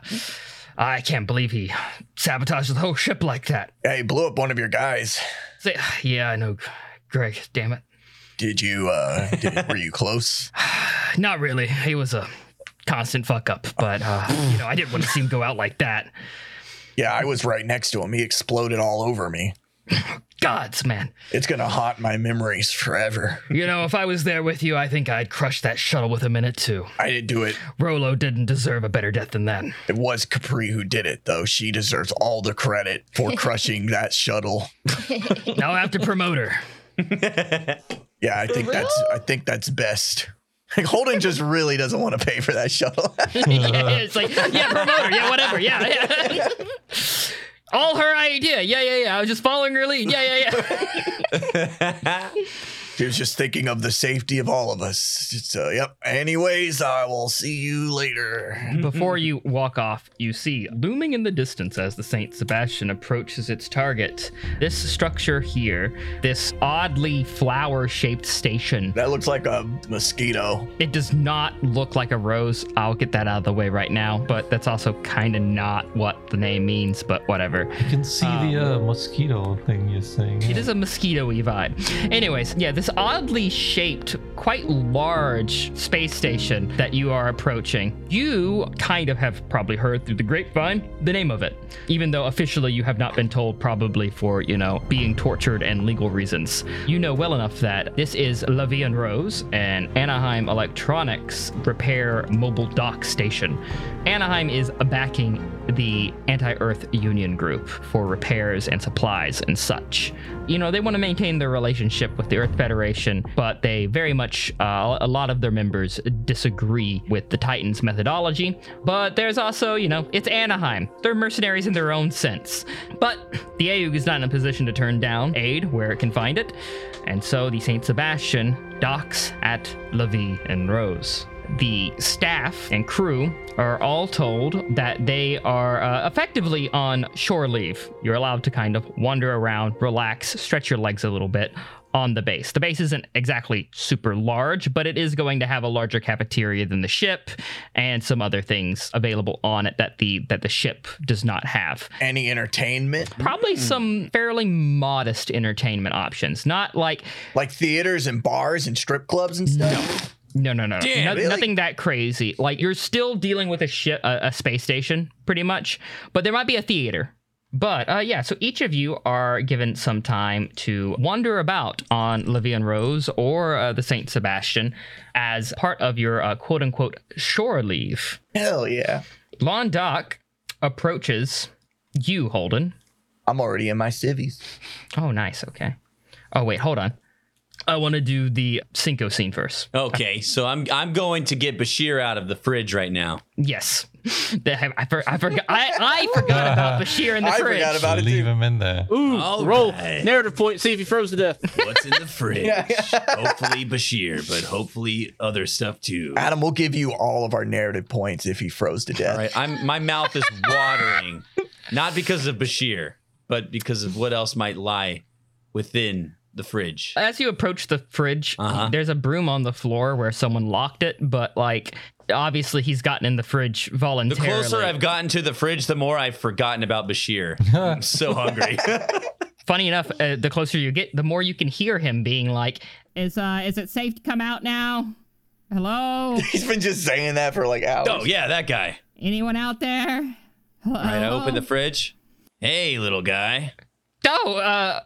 K: I can't believe he sabotaged the whole ship like that.
B: Yeah, he blew up one of your guys.
K: Say- yeah, I know, Greg. Damn it,
B: Did you uh did, were you close?
K: not really. He was a constant fuck up, but uh, you know, I didn't want to see him go out like that.
B: Yeah, I was right next to him. He exploded all over me.
K: Gods, man.
B: It's gonna haunt my memories forever.
K: You know, if I was there with you, I think I'd crush that shuttle with a minute too.
B: I didn't do it.
K: Rolo didn't deserve a better death than that.
B: It was Capri who did it, though. She deserves all the credit for crushing that shuttle.
K: now I have to promote her.
B: Yeah, I think that's I think that's best. Like Holden just really doesn't want to pay for that shuttle.
K: yeah, it's like, yeah, promoter, yeah, whatever, yeah, yeah. All her idea, yeah, yeah, yeah. I was just following her lead, yeah, yeah, yeah.
B: She was just thinking of the safety of all of us. So, yep. Anyways, I will see you later.
A: Before you walk off, you see looming in the distance as the Saint Sebastian approaches its target. This structure here, this oddly flower shaped station,
B: That looks like a mosquito.
A: it does not look like a rose. I'll get that out of the way right now, but that's also kind of not what the name means, but whatever.
E: You can see the uh, mosquito thing you're saying.
A: It is a mosquito-y vibe. Anyways, yeah, this oddly shaped, quite large space station that you are approaching. You kind of have probably heard through the grapevine the name of it, even though officially you have not been told, probably for you know being tortured and legal reasons. You know well enough that this is Lavian Rose and Anaheim Electronics Repair Mobile Dock Station. Anaheim is backing the Anti Earth Union group for repairs and supplies and such. You know, they want to maintain their relationship with the Earth Federation, but they very much, uh, a lot of their members disagree with the Titans' methodology. But there's also, you know, it's Anaheim. They're mercenaries in their own sense. But the AU is not in a position to turn down aid where it can find it. And so the St. Sebastian docks at Levy and Rose the staff and crew are all told that they are uh, effectively on shore leave. You're allowed to kind of wander around, relax, stretch your legs a little bit on the base. The base isn't exactly super large, but it is going to have a larger cafeteria than the ship and some other things available on it that the that the ship does not have.
B: Any entertainment?
A: Probably some fairly modest entertainment options. Not like
B: like theaters and bars and strip clubs and stuff.
A: No, no, no, no.
B: Damn,
A: No-
B: really?
A: Nothing that crazy. Like you're still dealing with a ship, a, a space station, pretty much. But there might be a theater. But uh, yeah, so each of you are given some time to wander about on Levian Rose or uh, the Saint Sebastian as part of your uh, quote unquote shore leave.
B: Hell yeah.
A: Lon Doc approaches you, Holden.
B: I'm already in my civvies.
A: Oh, nice. Okay. Oh, wait, hold on. I want to do the Cinco scene first.
C: Okay, so I'm I'm going to get Bashir out of the fridge right now.
A: Yes. I, I, for, I forgot. I, I forgot about Bashir in the fridge.
E: Leave him in there.
D: Ooh,
C: All
D: roll
C: right.
D: narrative point. See if he froze to death.
C: What's in the fridge? hopefully Bashir, but hopefully other stuff too.
B: Adam, we'll give you all of our narrative points if he froze to death.
C: All right, I'm my mouth is watering, not because of Bashir, but because of what else might lie within the fridge.
A: As you approach the fridge,
C: Uh-huh.
A: there's a broom on the floor where someone locked it, but like obviously he's gotten in the fridge
C: The
A: voluntarily.
C: closer I've gotten to the fridge, the more I've forgotten about Bashir. I'm so hungry.
A: Funny enough, uh, the closer you get, the more you can hear him being like,
M: Is uh is it safe to come out now? Hello?
B: He's been just saying that for like hours.
C: oh yeah, that guy.
M: Anyone out there? Hello?
C: All right, I open the fridge. Hey, little guy.
A: "Oh, uh,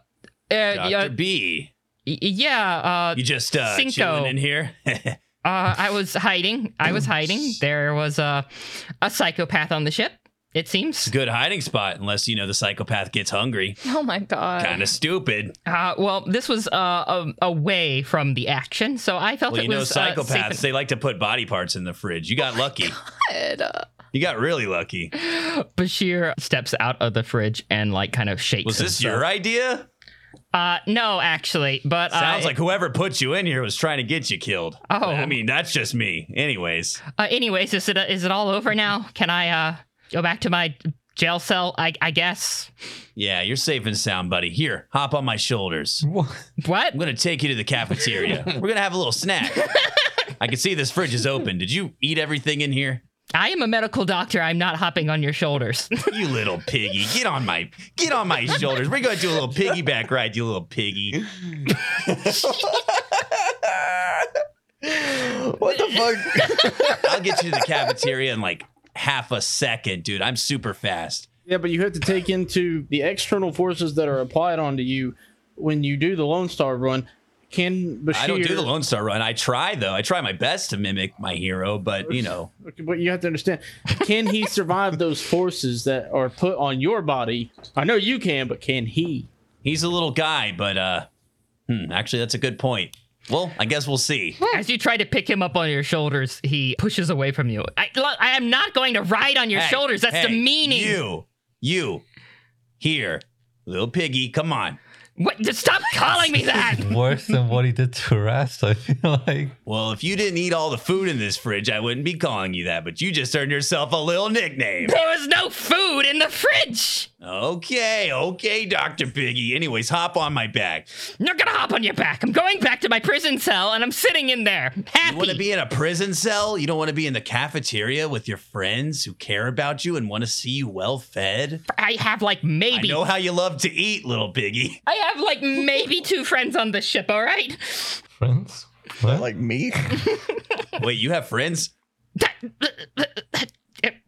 A: uh,
C: Dr.
A: yeah,
C: B.
A: y- yeah, uh,
C: You just uh,
A: Cinco.
C: chilling in here?
A: Uh, I was hiding. I was hiding. There was a a psychopath on the ship. It seems.
C: Good hiding spot, unless you know the psychopath gets hungry.
F: Oh my god.
C: Kind of stupid.
A: Uh, well, this was uh, a, away from the action, so I felt
C: Well,
A: it
C: you know,
A: was uh, safe
C: psychopaths,
A: and- Oh
C: they like to put body parts in the fridge. You got lucky.
F: Good. Uh,
C: You got really lucky.
A: Bashir steps out of the fridge and like kind of shakes.
C: Was this
A: himself.
C: your idea?
A: Uh, no, actually, but
C: Sounds
A: uh,
C: like whoever put you in here was trying to get you killed.
A: Oh.
C: I mean, that's just me. Anyways,
A: Uh, anyways, is it is it all over now? Can I uh go back to my jail cell? I I guess.
C: yeah, you're safe and sound, buddy. Here, hop on my shoulders.
A: What?
C: I'm gonna take you to the cafeteria. We're gonna have a little snack. I can see this fridge is open. Did you eat everything in here?
A: I am a medical doctor. I'm not hopping on your shoulders.
C: You little piggy, get on my get on my shoulders. We're gonna do a little piggyback ride, you little piggy.
B: What the fuck?
C: I'll get you to the cafeteria in like half a second, dude. I'm super fast.
D: Yeah, but you have to take into the external forces that are applied onto you when you do the Lone Star run. Can Bashir?
C: I don't do the Lone Star run. I try though. I try my best to mimic my hero, but you know,
D: Okay, But you have to understand, can he survive those forces that are put on your body? I know you can, but can he?
C: he's a little guy, but uh hmm, actually that's a good point. Well, I guess we'll see.
A: As you try to pick him up on your shoulders, he pushes away from you. I, look, I am not going to ride on your
C: Hey,
A: shoulders. That's
C: hey,
A: demeaning.
C: You, you, here, little piggy, come on.
A: What? Just stop calling me that.
E: Worse than what he did to Rast, I feel like.
C: Well, if you didn't eat all the food in this fridge, I wouldn't be calling you that, but you just earned yourself a little nickname.
A: There was no food in the fridge.
C: Okay, okay, Dr. Piggy. Anyways, hop on my back.
A: I'm not gonna hop on your back. I'm going back to my prison cell, and I'm sitting in there happy.
C: You want to be in a prison cell? You don't want to be in the cafeteria with your friends who care about you and want to see you well fed?
A: I have like
C: I
A: maybe.
C: know how you love to eat, little piggy.
A: I have like maybe two friends on the ship. All right.
E: Friends? What?
B: like me?
C: Wait, you have friends?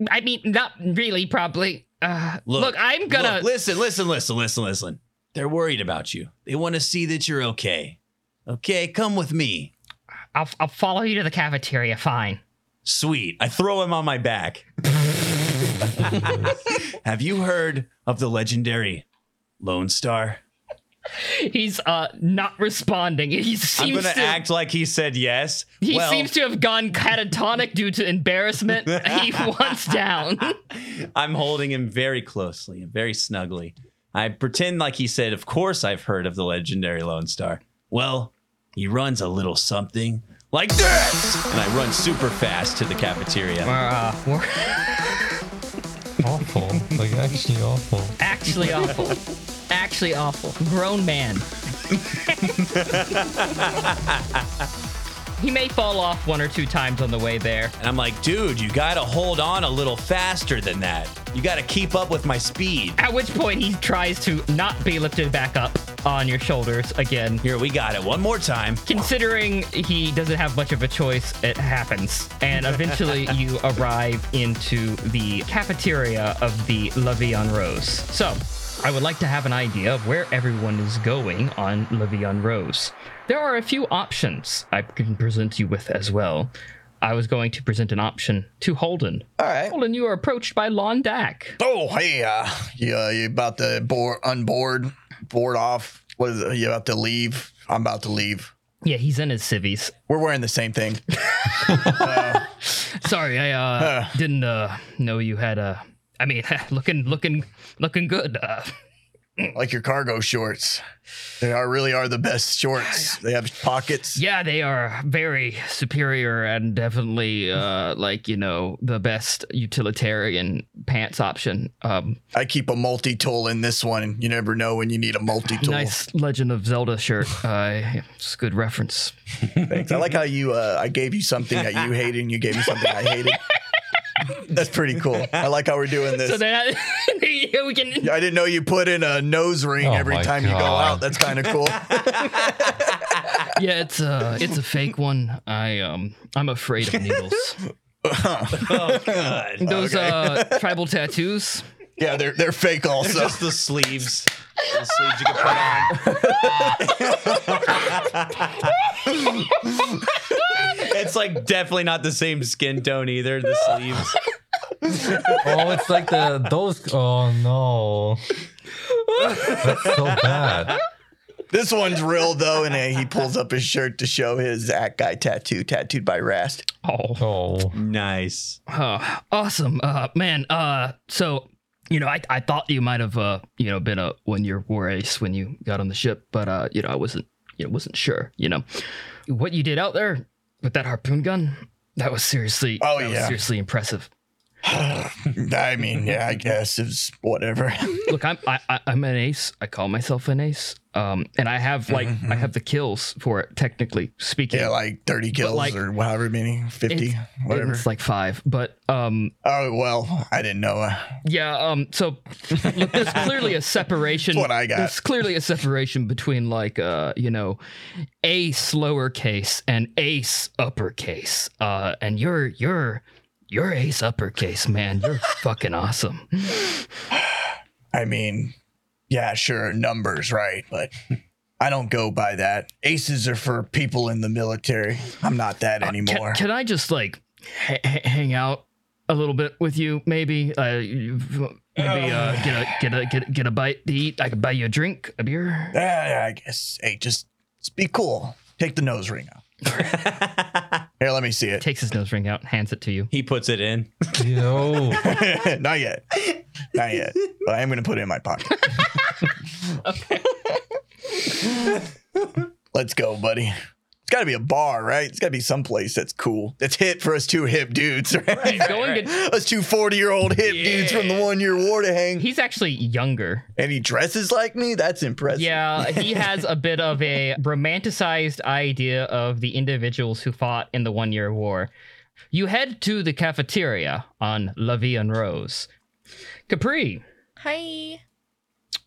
A: I mean, not really, probably. Uh,
C: Look,
A: look, I'm gonna.
C: look, listen, listen, listen, listen, listen. They're worried about you. They want to see that you're okay. Okay, come with me.
A: I'll, I'll follow you to the cafeteria. Fine.
C: Sweet. I throw him on my back. Have you heard of the legendary Lone Star?
A: He's uh not responding. He
C: I'm
A: seems
C: going to
A: to
C: act like he said yes.
A: He
C: well,
A: seems to have gone catatonic due to embarrassment. he wants down.
C: I'm holding him very closely and very snugly. I pretend like he said, Of course, I've heard of the legendary Lone Star. Well, he runs a little something like this. And I run super fast to the cafeteria.
E: Awful. Like, actually awful.
A: actually awful. Actually awful. Grown man. He may fall off one or two times on the way there.
C: And I'm like, dude, you gotta hold on a little faster than that. You gotta keep up with my speed.
A: At which point he tries to not be lifted back up on your shoulders again.
C: Here, we got it. One more time.
A: Considering he doesn't have much of a choice, it happens. And eventually you arrive into the cafeteria of the La Vie en Rose. So, I would like to have an idea of where everyone is going on La Vie en Rose. There are a few options I can present you with as well. I was going to present an option to Holden.
B: All right.
A: Holden, you are approached by Lon Dak.
B: Oh, hey, uh, you, uh, you about to board, unboard, board off? What is it? You about to leave? I'm about to leave.
A: Yeah, he's in his civvies.
B: We're wearing the same thing.
A: Sorry, I uh, didn't uh, know you had a. I mean, looking, looking, looking good. Uh,
B: like your cargo shorts. They are really are the best shorts. They have pockets.
A: yeah, they are very superior and definitely, uh, like you know, the best utilitarian pants option. Um,
B: I keep a multi tool in this one. You never know when you need a multi tool.
A: nice Legend of Zelda shirt. Uh, it's a good reference.
B: Thanks. I like how you. Uh, I gave you something that you hated, and you gave me something I hated. That's pretty cool. I like how we're doing this.
A: So that we can
B: Yeah, I didn't know you put in a nose ring
E: Oh
B: every
E: my
B: time you go
E: God.
B: out. That's kind of cool.
A: yeah, it's a it's a fake one. I um I'm afraid of needles.
C: Oh, God.
A: Those uh tribal tattoos.
B: yeah, they're they're fake also.
C: Just the sleeves. The sleeves you can put on. it's like definitely not the same skin tone either, the sleeves.
E: Oh, it's like the those. Oh no, that's so bad.
B: This one's real though, and uh, he pulls up his shirt to show his that guy tattoo, tattooed by Rast.
A: Oh,
E: Oh,
C: Nice.
A: oh, awesome, uh, man. Uh, so you know, I, I thought you might have uh you know been a one year war ace when you got on the ship, but uh you know I wasn't you know wasn't sure. You know, what you did out there with that harpoon gun that was seriously
B: Oh,
A: that was
B: yeah.
A: seriously impressive.
B: I mean, yeah, I guess it's whatever.
A: Look, I'm I, I- I'm an ace. I call myself an ace. Um, and I have like I have the kills for it, technically speaking.
B: Mm-hmm. Yeah, like thirty kills
A: like-
B: or however many, fifty,
A: It's-
B: whatever.
A: It's like five, but um,
B: oh well, I didn't know. Uh,
A: yeah, um, so look, there's clearly a separation.
B: That's what I got.
A: There's clearly a separation between like uh, you know, ace lowercase and ace uppercase. Uh, and you're you're you're ace uppercase, man. You're fucking awesome.
B: I mean, yeah, sure, numbers, right? But I don't go by that. Aces are for people in the military. I'm not that
A: Uh, can-
B: anymore.
A: Can, I just like h- h- hang out a little bit with you? Maybe, uh, you- maybe uh,
B: Oh.
A: get a get a get a, get a bite to eat. I could buy you a drink, a beer.
B: Yeah, yeah, I guess. Hey, just, just be cool. Take the nose ring off. Here, let me see it.
A: Takes his nose ring out, and hands it to you.
C: He puts it in.
E: yo,
B: Not yet. Not yet. But I am going to put it in my pocket. Let's go, buddy. It's got to be a bar, right? It's got to be someplace that's cool. That's hit for us two hip dudes, right?
A: Going to-
B: us two 40 year old hip dudes from the one year war to hang.
A: He's actually younger.
B: And he dresses like me? That's impressive.
A: Yeah, he has a bit of a romanticized idea of the individuals who fought in the One Year War. You head to the cafeteria on La Vie en Rose. Capri,
F: Hi.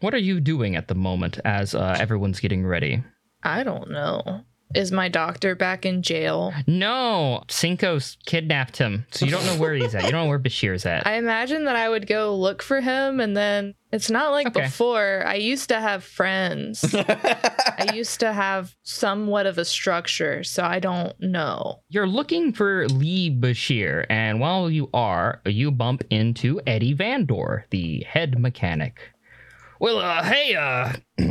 A: what are you doing at the moment as uh, everyone's getting ready?
F: I don't know. Is my doctor back in jail?
A: No, Cinco's kidnapped him, so you don't know where he's at. You don't know where Bashir's at.
F: I imagine that I would go look for him and then it's not like
A: Okay.
F: before. I used to have friends. I used to have somewhat of a structure, so I don't know.
A: You're looking for Lee Bashir, and while you are, you bump into Eddie Vandor, the head mechanic. Well, uh, hey, uh,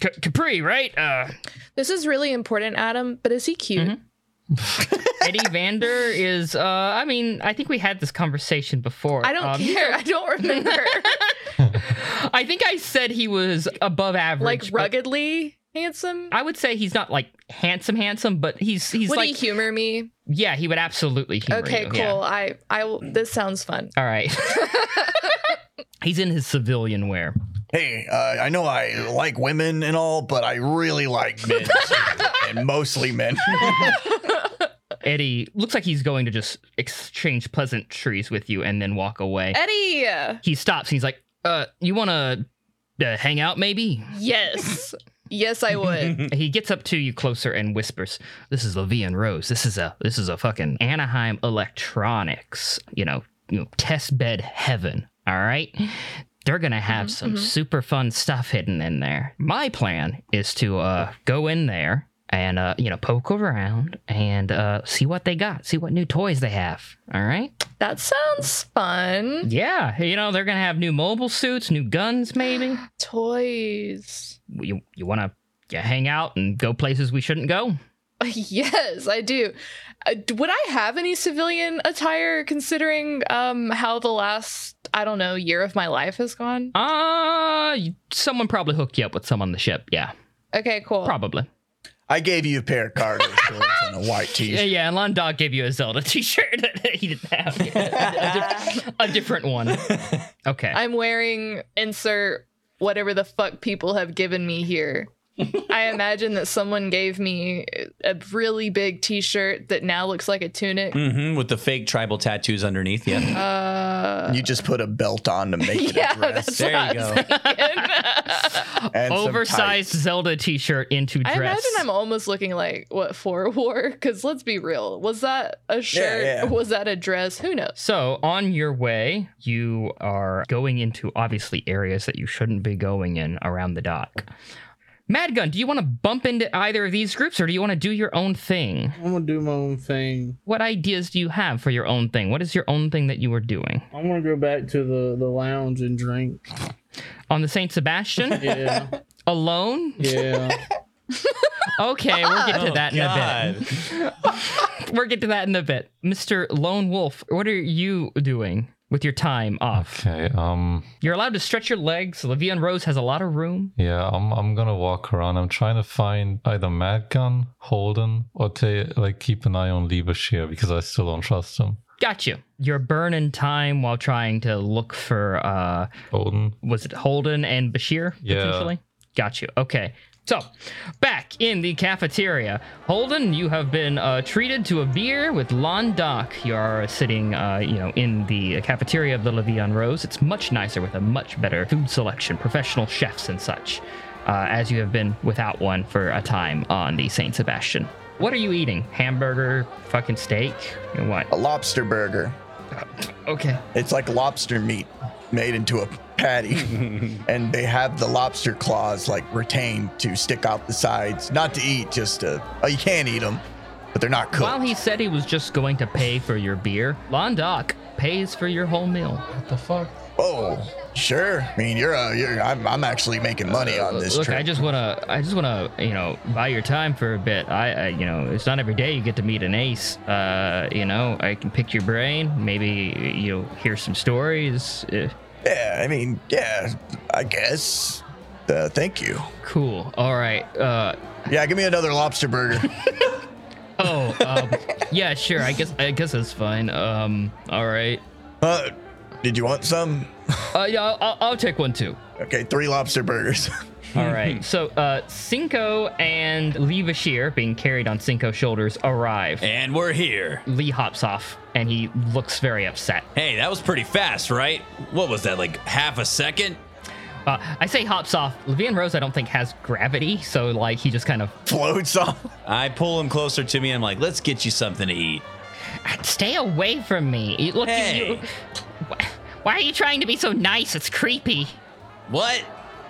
A: Ca- Capri, right? Uh,
F: This is really important, Adam, but is he cute?
A: Mm-hmm. Eddie Vander is, uh, I mean, I think we had this conversation before.
F: I don't
A: Um,
F: care. I don't remember.
A: I think I said he was above average.
F: like
A: but
F: ruggedly handsome.
A: I would say he's not like handsome, handsome, but he's Uh, he's
F: would
A: like
F: he humor me?
A: yeah, he would absolutely humor
F: okay,
A: you,
F: cool.
A: yeah.
F: I I will this sounds fun.
A: All right. He's in his civilian wear.
B: hey, uh, I know I like women and all, but I really like men, too, and mostly men.
A: Eddie looks like he's going to just exchange pleasantries with you and then walk away.
F: Eddie.
A: He stops and he's like, "Uh, you want to uh, hang out maybe?"
F: Yes. Yes, I would.
A: he gets up to you closer and whispers, "This is Levian Rose. This is a this is a fucking Anaheim Electronics, you know, you know, test bed heaven. All right." They're gonna have some super fun stuff hidden in there. My plan is to uh, go in there and uh, you know poke around and uh, see what they got, see what new toys they have. All right.
F: That sounds fun.
A: Yeah, you know they're gonna have new mobile suits, new guns, maybe.
F: Toys.
A: You you wanna you hang out and go places we shouldn't go?
F: Yes, I do. Uh, d- would I have any civilian attire considering um how the last I don't know year of my life has gone?
A: Uh you- someone probably hooked you up with some on the ship. Yeah,
F: Okay, cool.
A: probably.
B: I gave you a pair of cargo shorts and a white
A: Yeah,
B: t-shirt.
A: yeah. And Londog gave you a Zelda T-shirt that he didn't have. a, diff- a different one. Okay.
F: I'm wearing insert whatever the fuck people have given me here. I imagine that someone gave me a really big T-shirt that now looks like a tunic.
C: hmm with the fake tribal tattoos underneath. Yeah.
F: Uh,
B: You just put a belt on to make it
F: yeah,
B: a dress.
F: that's
C: There
F: what
C: you
F: I was
C: go.
F: thinking.
B: and some
A: Oversized Zelda T-shirt into
F: I
A: dress.
F: imagine I'm almost looking like what for war? Because let's be real, was that a shirt?
B: yeah.
F: Was that a dress? Who knows?
A: So, on your way, you are going into obviously areas that you shouldn't be going in around the dock. Madgun, do you want to bump into either of these groups or do you want to do your own thing?
D: I'm gonna do my own thing.
A: What ideas do you have for your own thing? What is your own thing that you are doing?
D: I'm gonna go back to the the lounge and drink.
A: On the St. Sebastian?
D: Yeah,
A: Alone?
D: yeah.
A: Okay, we'll get to that in a
C: God.
A: bit. We'll get to that in a bit. Mr. Lone Wolf, what are you doing with your time off?
E: Okay. Um.
A: You're allowed to stretch your legs. Levian Rose has a lot of room.
E: Yeah. I'm. I'm gonna walk around. I'm trying to find either Madgun, Holden, or ta- like keep an eye on Liebeschir because I still don't trust him.
A: Got you. You're burning time while trying to look for uh
E: Holden.
A: was it Holden and Bashir
E: Yeah.
A: potentially? Got you. Okay. So, back in the cafeteria, Holden, you have been uh, treated to a beer with Lon Doc. You are sitting, uh, you know, in the cafeteria of the Levian Rose. It's much nicer with a much better food selection, professional chefs and such, uh, as you have been without one for a time on the Saint Sebastian. What are you eating? Hamburger, fucking steak, and what?
B: A lobster burger.
A: Okay.
B: It's like lobster meat made into a patty. and they have the lobster claws like retained to stick out the sides. Not to eat, just to, oh, you can't eat them, but they're not cooked.
A: While he said he was just going to pay for your beer, Londoc pays for your whole meal.
E: What the fuck?
B: oh, sure. I mean, you're a, you're, I'm, I'm actually making money on this
A: Uh, Look,
B: trip.
A: I just wanna, I just wanna, you know, buy your time for a bit. I, I, you know, it's not every day you get to meet an ace. Uh, you know, I can pick your brain, maybe you know, hear some stories. Uh,
B: yeah, I mean, yeah, I guess. Uh, thank you.
A: cool. All right. Uh,
B: Yeah, give me another lobster burger.
A: oh, um, yeah, sure. I guess, I guess that's fine. Um, all right.
B: uh, did you want some?
A: Uh, yeah, I'll, I'll, I'll take one too.
B: Okay, three lobster burgers.
A: All
C: Mm-hmm.
A: right. So, uh, Cinco and Lee Vashir, being carried on Cinco's shoulders, arrive.
C: And we're here.
A: Lee hops off and he looks very upset.
C: Hey, that was pretty fast, right? What was that, like half a second?
A: Uh, I say hops off. Levian Rose, I don't think, has gravity. So, like, he just kind of
B: Floats off.
C: I pull him closer to me. I'm like, let's get you something to eat.
A: stay away from me. You- Look, you-
C: Hey.
A: you, why are you trying to be so nice? It's creepy.
C: What?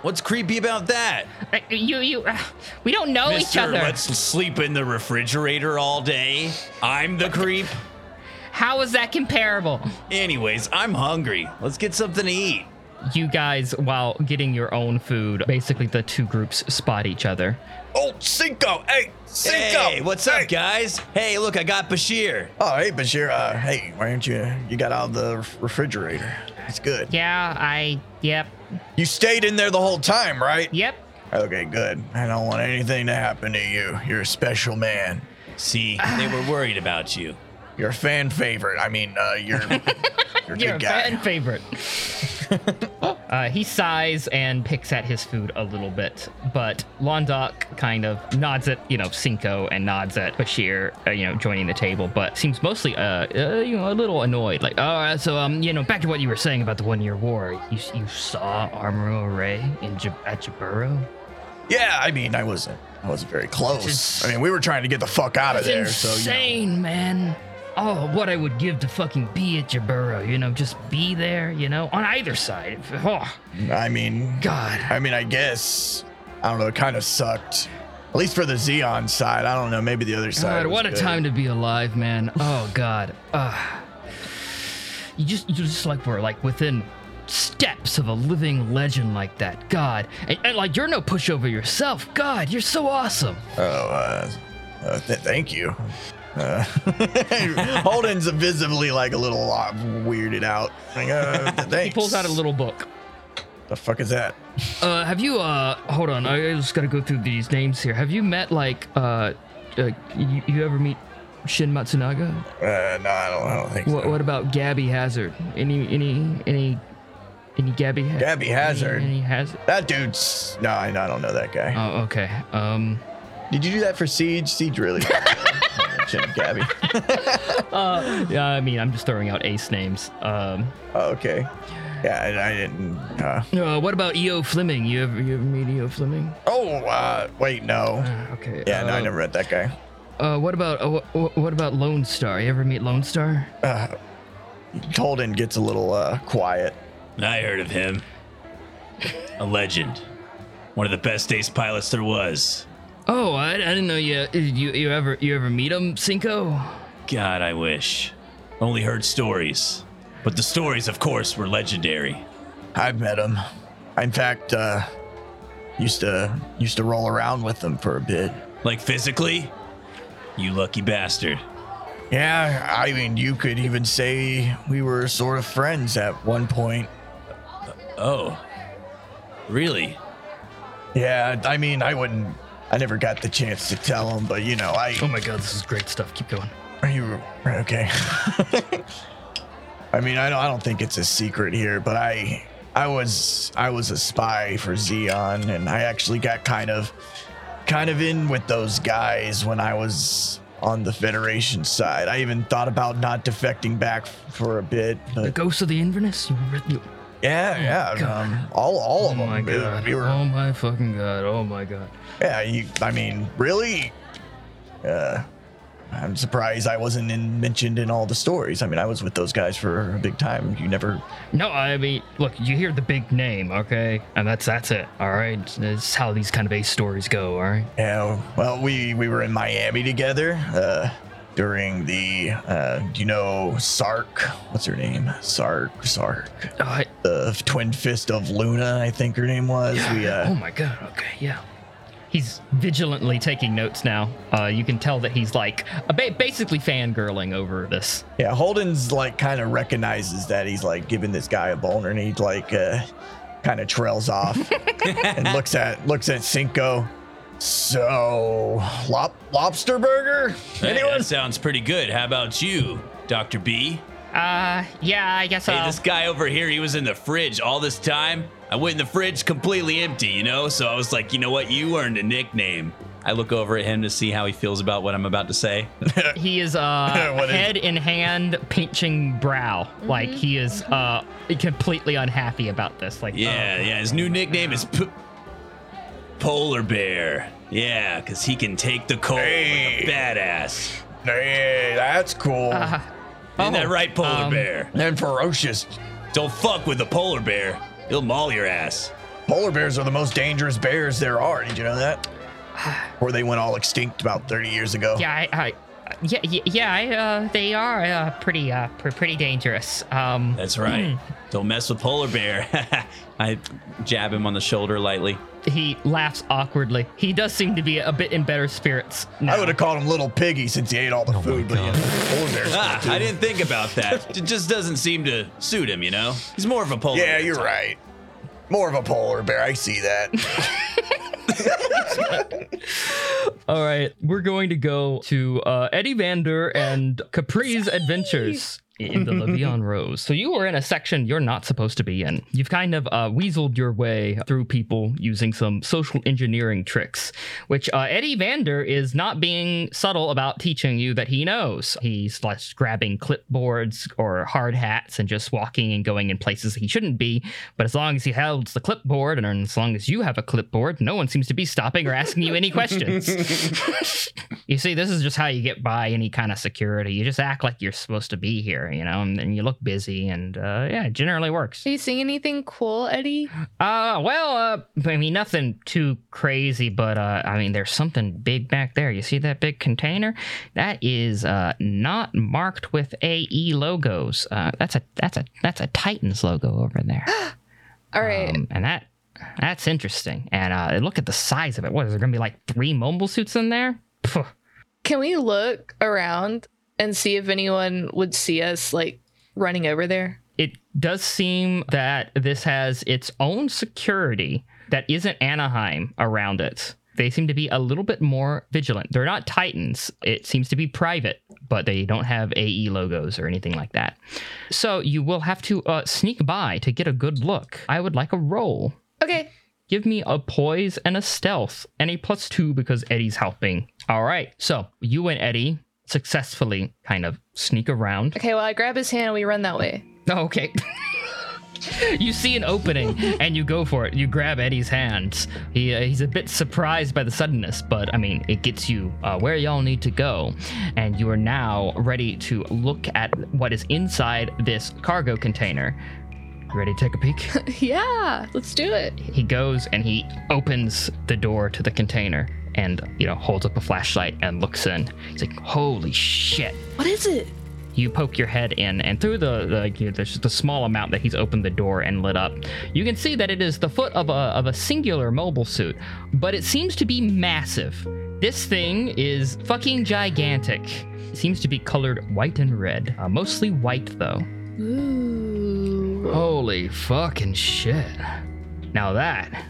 C: What's creepy about that?
A: Uh, You, you, uh, we don't know each
C: Mister,
A: other.
C: let's sleep in the refrigerator all day. I'm the creep.
A: How is that comparable?
C: Anyways, I'm hungry. Let's get something to eat.
A: You guys, while getting your own food, basically the two groups spot each other.
B: oh, Cinco. Hey, Cinco.
C: Hey, what's up, guys? Hey, look, I got Bashir.
B: Oh, hey, Bashir. Uh, hey, why aren't you? You got out of the refrigerator. It's good.
A: Yeah, I, yep,
B: You stayed in there the whole time, right?
A: yep.
B: Okay, good. I don't want anything to happen to you. You're a special man.
C: See, they were worried about you.
B: You're a fan favorite. I mean, uh, you're you're a
A: You're a
B: good guy.
A: fan favorite. Uh, he sighs and picks at his food a little bit, but Londok kind of nods at, you know, Cinco and nods at Bashir, uh, you know, joining the table, but seems mostly, uh, uh, you know, a little annoyed. Like, all right, so, um, you know, back to what you were saying about the one year war. You, you saw Armor Array in Jab- at Jaburo?
B: Yeah, I mean, I wasn't. I wasn't very close. I mean, we were trying to get the fuck out of
A: That's
B: there. So you know.
A: insane, man. Oh, what I would give to fucking be at Jaburo, you know, just be there, you know, on either side. Oh,
B: I mean,
A: God.
B: I mean, I guess I don't know. It kind of sucked. At least for the Xeon side, I don't know. Maybe the other side.
A: God,
B: was
A: what a
B: good.
A: time to be alive, man. Oh God. Ugh. you just, you just like we're like within steps of a living legend like that. God, and, and, like you're no pushover yourself. God, you're so awesome.
B: Oh, uh, uh, th- thank you. Uh, Holden's visibly like a little uh, weirded out. Like, uh, th- thanks.
A: He pulls out a little book.
B: The fuck is that?
A: Uh, have you? Uh, hold on. I just gotta go through these names here. Have you met like, uh, uh you, you ever meet Shin Matsunaga?
B: Uh, no, I don't. I don't think.
A: What, what about Gabby Hazard? Any, any, any, any Gabby? Ha-
B: Gabby
A: any-
B: Hazard.
A: Any, Hazard?
B: That dude's no, I, I don't know that guy.
A: Oh, okay. Um,
B: did you do that for Siege? Siege really. Jim Gabby.
A: yeah, I mean, I'm just throwing out ace names. Um,
B: oh, okay. Yeah, I, I didn't. Uh,
A: Uh, what about E.O. Fleming? You ever, you ever meet E.O. Fleming?
B: oh, uh, wait, no.
A: Okay.
B: Yeah, no, I
A: uh,
B: never read that guy.
A: Uh, what about uh, what, what about Lone Star? You ever meet Lone Star?
B: Uh, Holden gets a little uh, quiet.
C: I heard of him. A legend. One of the best ace pilots there was.
A: Oh, I, I didn't know you, you you ever you ever meet him, Cinco?
C: God, I wish. Only heard stories. But the stories, of course, were legendary.
B: I've met him. In fact, uh, used to used to roll around with him for a bit.
C: Like physically? You lucky bastard.
B: Yeah, I mean, you could even say we were sort of friends at one point.
C: Oh. Really?
B: Yeah, I mean, I wouldn't. I never got the chance to tell him, but you know, I.
A: Oh my God, this is great stuff. Keep going.
B: Are you okay? I mean, I don't, I don't think it's a secret here, but I I was I was a spy for Xeon, and I actually got kind of kind of in with those guys when I was on the Federation side. I even thought about not defecting back f- for a bit,
A: The
B: but
A: Ghosts of the Inverness. You were you,
B: yeah, yeah,
A: Oh God.
B: um, all all
A: oh
B: of them.
A: my
B: dude.
A: God.
B: We were-
A: Oh my fucking God. Oh my God.
B: yeah, you, I mean, really? Uh, I'm surprised I wasn't in, mentioned in all the stories. I mean, I was with those guys for a big time. You never.
A: No, I mean, look, you hear the big name, okay, and that's that's it. All right, that's how these kind of ace stories go. All right.
B: Yeah, well, we, we were in Miami together uh, during the. Uh, do you know Sark? What's her name? Sark. Sark.
A: Uh,
B: The twin fist of Luna, I think her name was. We, uh,
A: oh my god. Okay, yeah. He's vigilantly taking notes now. Uh, you can tell that he's like a ba- basically fangirling over this.
B: Yeah, Holden's like kind of recognizes that he's like giving this guy a boner, and he like uh, kind of trails off and looks at looks at Cinco. So, lop, lobster burger?
C: Hey, that sounds pretty good. How about you, Dr. B?
K: Uh, yeah, I guess
C: Hey,
A: um,
K: I'll.
C: this guy over here, he was in the fridge all this time. I went in the fridge completely empty, you know? So I was like, you know what? You earned a nickname. I look over at him to see how he feels about what I'm about to say.
A: He is uh,
C: What is-
A: head in hand, pinching brow, like he is uh, completely unhappy about this. Like, uh,
B: Oh.
C: Yeah, yeah. His new nickname is P- Polar Bear. Yeah, because he can take the cold. like a badass.
B: Hey, that's cool.
C: Isn't that right, Polar
B: um,
C: Bear?
B: And ferocious.
C: Don't fuck with the Polar Bear. He'll maul your ass.
B: Polar bears are the most dangerous bears there are. Did you know that? Or they went all extinct about 30 years ago.
K: Yeah, I, I, yeah, yeah, yeah I, uh, they are uh, pretty, uh, pr- pretty dangerous. Um,
C: That's right.
B: Hmm.
C: Don't mess with Polar Bear. I jab him on the shoulder lightly.
A: he laughs awkwardly. He does seem to be a bit in better spirits. Now.
B: I would have called him Little Piggy since he ate all the food, but yeah, polar bears.
C: Ah, I didn't think about that. It just doesn't seem to suit him, you know? He's more of a polar
B: Yeah,
C: bear
B: you're
C: type.
B: right. More of a polar bear. I see that.
A: All right, we're going to go to uh, Eddie Vander and Capri's Adventures. in the Levion Rose. So you were in a section you're not supposed to be in. You've kind of uh, weaseled your way through people using some social engineering tricks, which uh, Eddie Vander is not being subtle about teaching you that he knows. He's like grabbing clipboards or hard hats and just walking and going in places he shouldn't be. But as long as he holds the clipboard and as long as you have a clipboard, no one seems to be stopping or asking you any questions. you see, this is just how you get by any kind of security. You just act like you're supposed to be here, you know, and, and you look busy, and uh, yeah, it generally works.
F: Are you seeing anything cool, Eddie?
A: Uh, well, uh, I mean, nothing too crazy, but uh, I mean, there's something big back there. You see that big container? That is uh, not marked with AE logos. Uh, that's a that's a that's a Titans logo over there.
F: All right.
A: Um, and that that's interesting. And uh, look at the size of it. What is there going to be like three mobile suits in there? Phew.
F: Can we look around and see if anyone would see us like running over there?
A: It does seem that this has its own security that isn't Anaheim around it. They seem to be a little bit more vigilant. They're not Titans. It seems to be private, but they don't have AE logos or anything like that. So you will have to uh, sneak by to get a good look. I would like a roll.
F: Okay.
A: Give me a poise and a stealth and a plus two because Eddie's helping. All right. So you and Eddie successfully kind of sneak around.
F: Okay, well, I grab his hand and we run that way.
A: Oh, Okay. you see an opening and you go for it. You grab Eddie's hands. He uh, he's a bit surprised by the suddenness, but I mean, it gets you uh, where y'all need to go, and you are now ready to look at what is inside this cargo container. You ready to take a peek?
F: yeah, let's do it.
A: he goes and he opens the door to the container and you know holds up a flashlight and looks in. He's like, "Holy shit!"
F: What is it?
A: you poke your head in, and through the the, you know, the the small amount that he's opened the door and lit up, you can see that it is the foot of a of a singular mobile suit, but it seems to be massive. This thing is fucking gigantic. It seems to be colored white and red, uh, mostly white though.
F: Ooh.
A: Holy fucking shit! Now that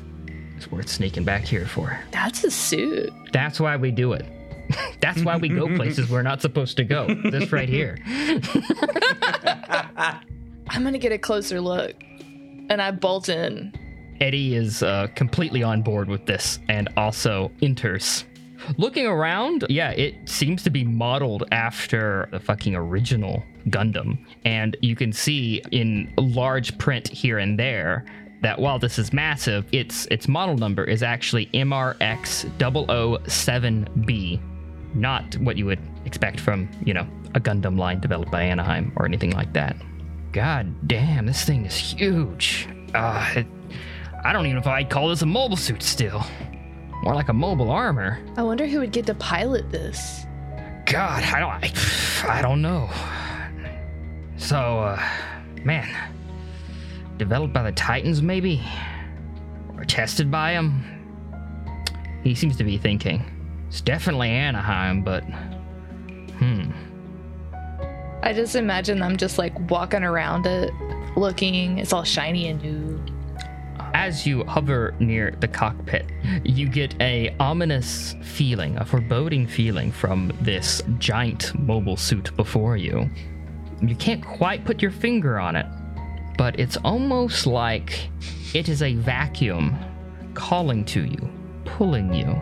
A: is worth sneaking back here for.
F: That's a suit.
A: That's why we do it. That's why we go places we're not supposed to go. This right here.
F: I'm gonna get a closer look. And I bolt in.
A: Eddie is uh, completely on board with this and also enters. Looking around, yeah, it seems to be modeled after the fucking original Gundam. And you can see in large print here and there that while this is massive, its its model number is actually MRX007B, not what you would expect from, you know, a Gundam line developed by Anaheim or anything like that. God damn, this thing is huge. Uh, it, I don't even know if I'd call this a mobile suit still. More like a mobile armor.
F: I wonder who would get to pilot this.
A: God, I don't I, I don't know. So, uh, man, developed by the Titans, maybe? Or tested by them? He seems to be thinking. It's definitely Anaheim, but. Hmm.
F: I just imagine them just like walking around it, looking. It's all shiny and new.
A: As you hover near the cockpit, you get a ominous feeling, a foreboding feeling from this giant mobile suit before you. You can't quite put your finger on it, but it's almost like it is a vacuum calling to you, pulling you.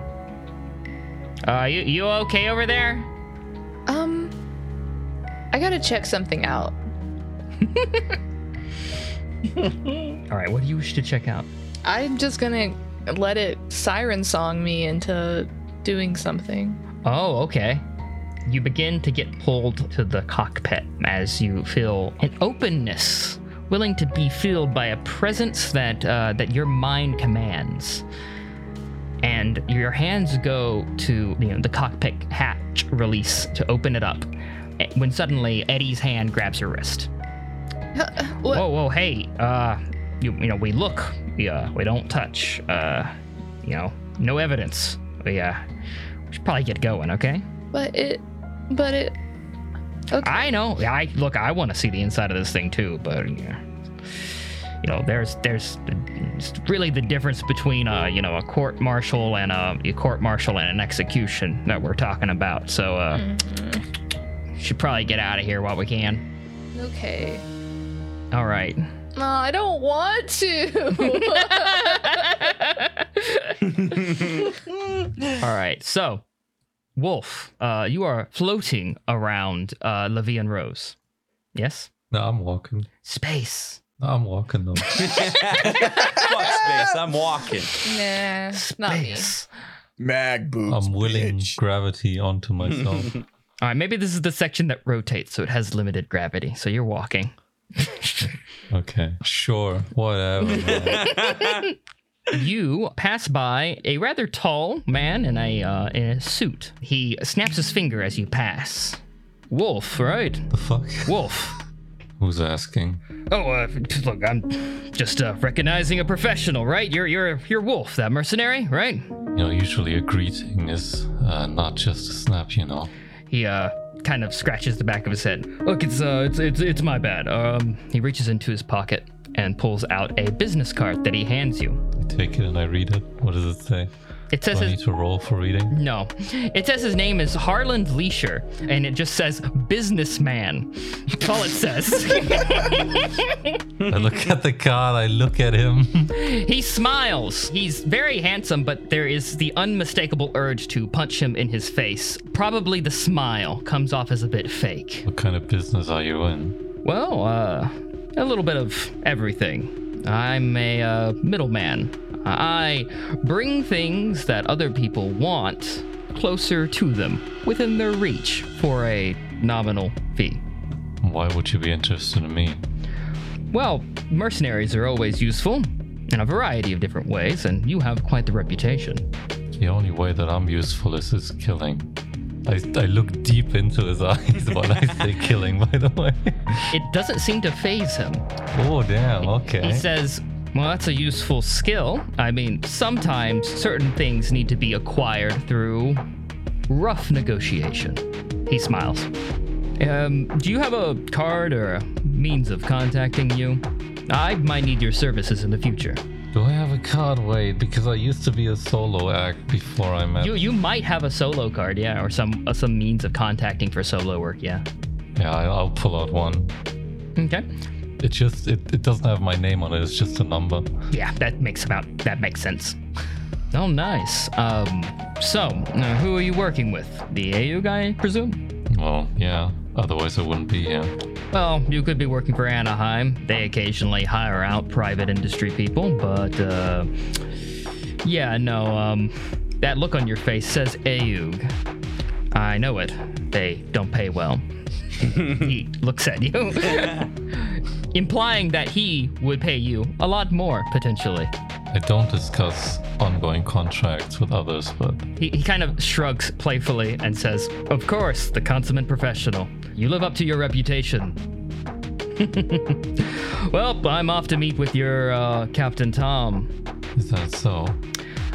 A: Uh, you, you okay over there?
F: Um, I gotta check something out.
A: All right, what do you wish to check out?
F: I'm just gonna let it siren song me into doing something.
A: Oh, okay. You begin to get pulled to the cockpit as you feel an openness willing to be filled by a presence that uh, that your mind commands. And your hands go to you know, the cockpit hatch release to open it up. eh, When suddenly Eddie's hand grabs your wrist.
F: What?
A: Whoa, whoa, hey! Uh, you, you know we look, we uh, we don't touch. Uh, you know, no evidence. We uh, we should probably get going, okay?
F: But it, but it, Okay.
A: I know. I look. I want to see the inside of this thing too, but yeah. you know, there's there's it's really the difference between uh you know a court martial and a, a court martial and an execution that we're talking about. So uh, should probably get out of here while we can.
F: Okay.
A: All right.
F: No, I don't want to.
A: All right. So, Wolf, uh, you are floating around uh, Levi and Rose. Yes?
E: No, I'm walking.
A: Space.
E: No, I'm walking though.
C: Fuck space. I'm walking.
F: nah, not me.
B: Mag boobs.
E: I'm willing gravity onto myself.
A: All right. Maybe this is the section that rotates, so it has limited gravity. So you're walking.
E: okay. Sure. Whatever. man.
A: you pass by a rather tall man in a uh, in a suit. He snaps his finger as you pass. Wolf, right?
E: The fuck?
A: Wolf.
E: Who's asking?
A: Oh, uh, look, I'm just uh, recognizing a professional, right? You're you're you're Wolf, that mercenary, right?
E: You know, usually a greeting is uh, not just a snap, you know.
A: He uh kind of scratches the back of his head. Look, it's uh it's it's, it's my bad. Um he reaches into his pocket and pulls out a business card that he hands you.
E: I take it and I read it. What does it say?
A: It says
E: Do I
A: his-
E: need to roll for reading?
A: No. It says his name is Harland Leisure, and it just says businessman. That's all it says.
E: I look at the card, I look at him.
A: he smiles. He's very handsome, but there is the unmistakable urge to punch him in his face. Probably the smile comes off as a bit fake.
E: what kind of business are you in?
A: Well, uh, a little bit of everything. I'm a uh, middleman. I bring things that other people want closer to them, within their reach, for a nominal fee.
E: Why would you be interested in me?
A: Well, mercenaries are always useful in a variety of different ways, and you have quite the reputation.
E: The only way that I'm useful is is killing. I, I look deep into his eyes while I say killing, by the way.
A: It doesn't seem to phase him.
E: Oh, damn, okay.
A: He says, Well, that's a useful skill. I mean, sometimes certain things need to be acquired through rough negotiation. He smiles. Um, do you have a card or a means of contacting you? I might need your services in the future.
E: Do I have a card? Wait, because I used to be a solo act before I met.
A: You you might have a solo card, yeah, or some uh, some means of contacting for solo work, yeah.
E: Yeah, I, I'll pull out one.
A: Okay.
E: It just it, it doesn't have my name on it. It's just a number.
A: Yeah, that makes about that makes sense. Oh, nice. Um, so uh, who are you working with? The AU guy, I presume.
E: Well, yeah. Otherwise, I wouldn't be here.
A: Well, you could be working for Anaheim. They occasionally hire out private industry people, but uh, yeah, no. Um, that look on your face says AUG. I know it. They don't pay well. he looks at you, implying that he would pay you a lot more potentially.
E: I don't discuss ongoing contracts with others, but
A: He, he kind of shrugs playfully and says, Of course, the consummate professional. You live up to your reputation. well, I'm off to meet with your uh, Captain Tom.
E: is that so?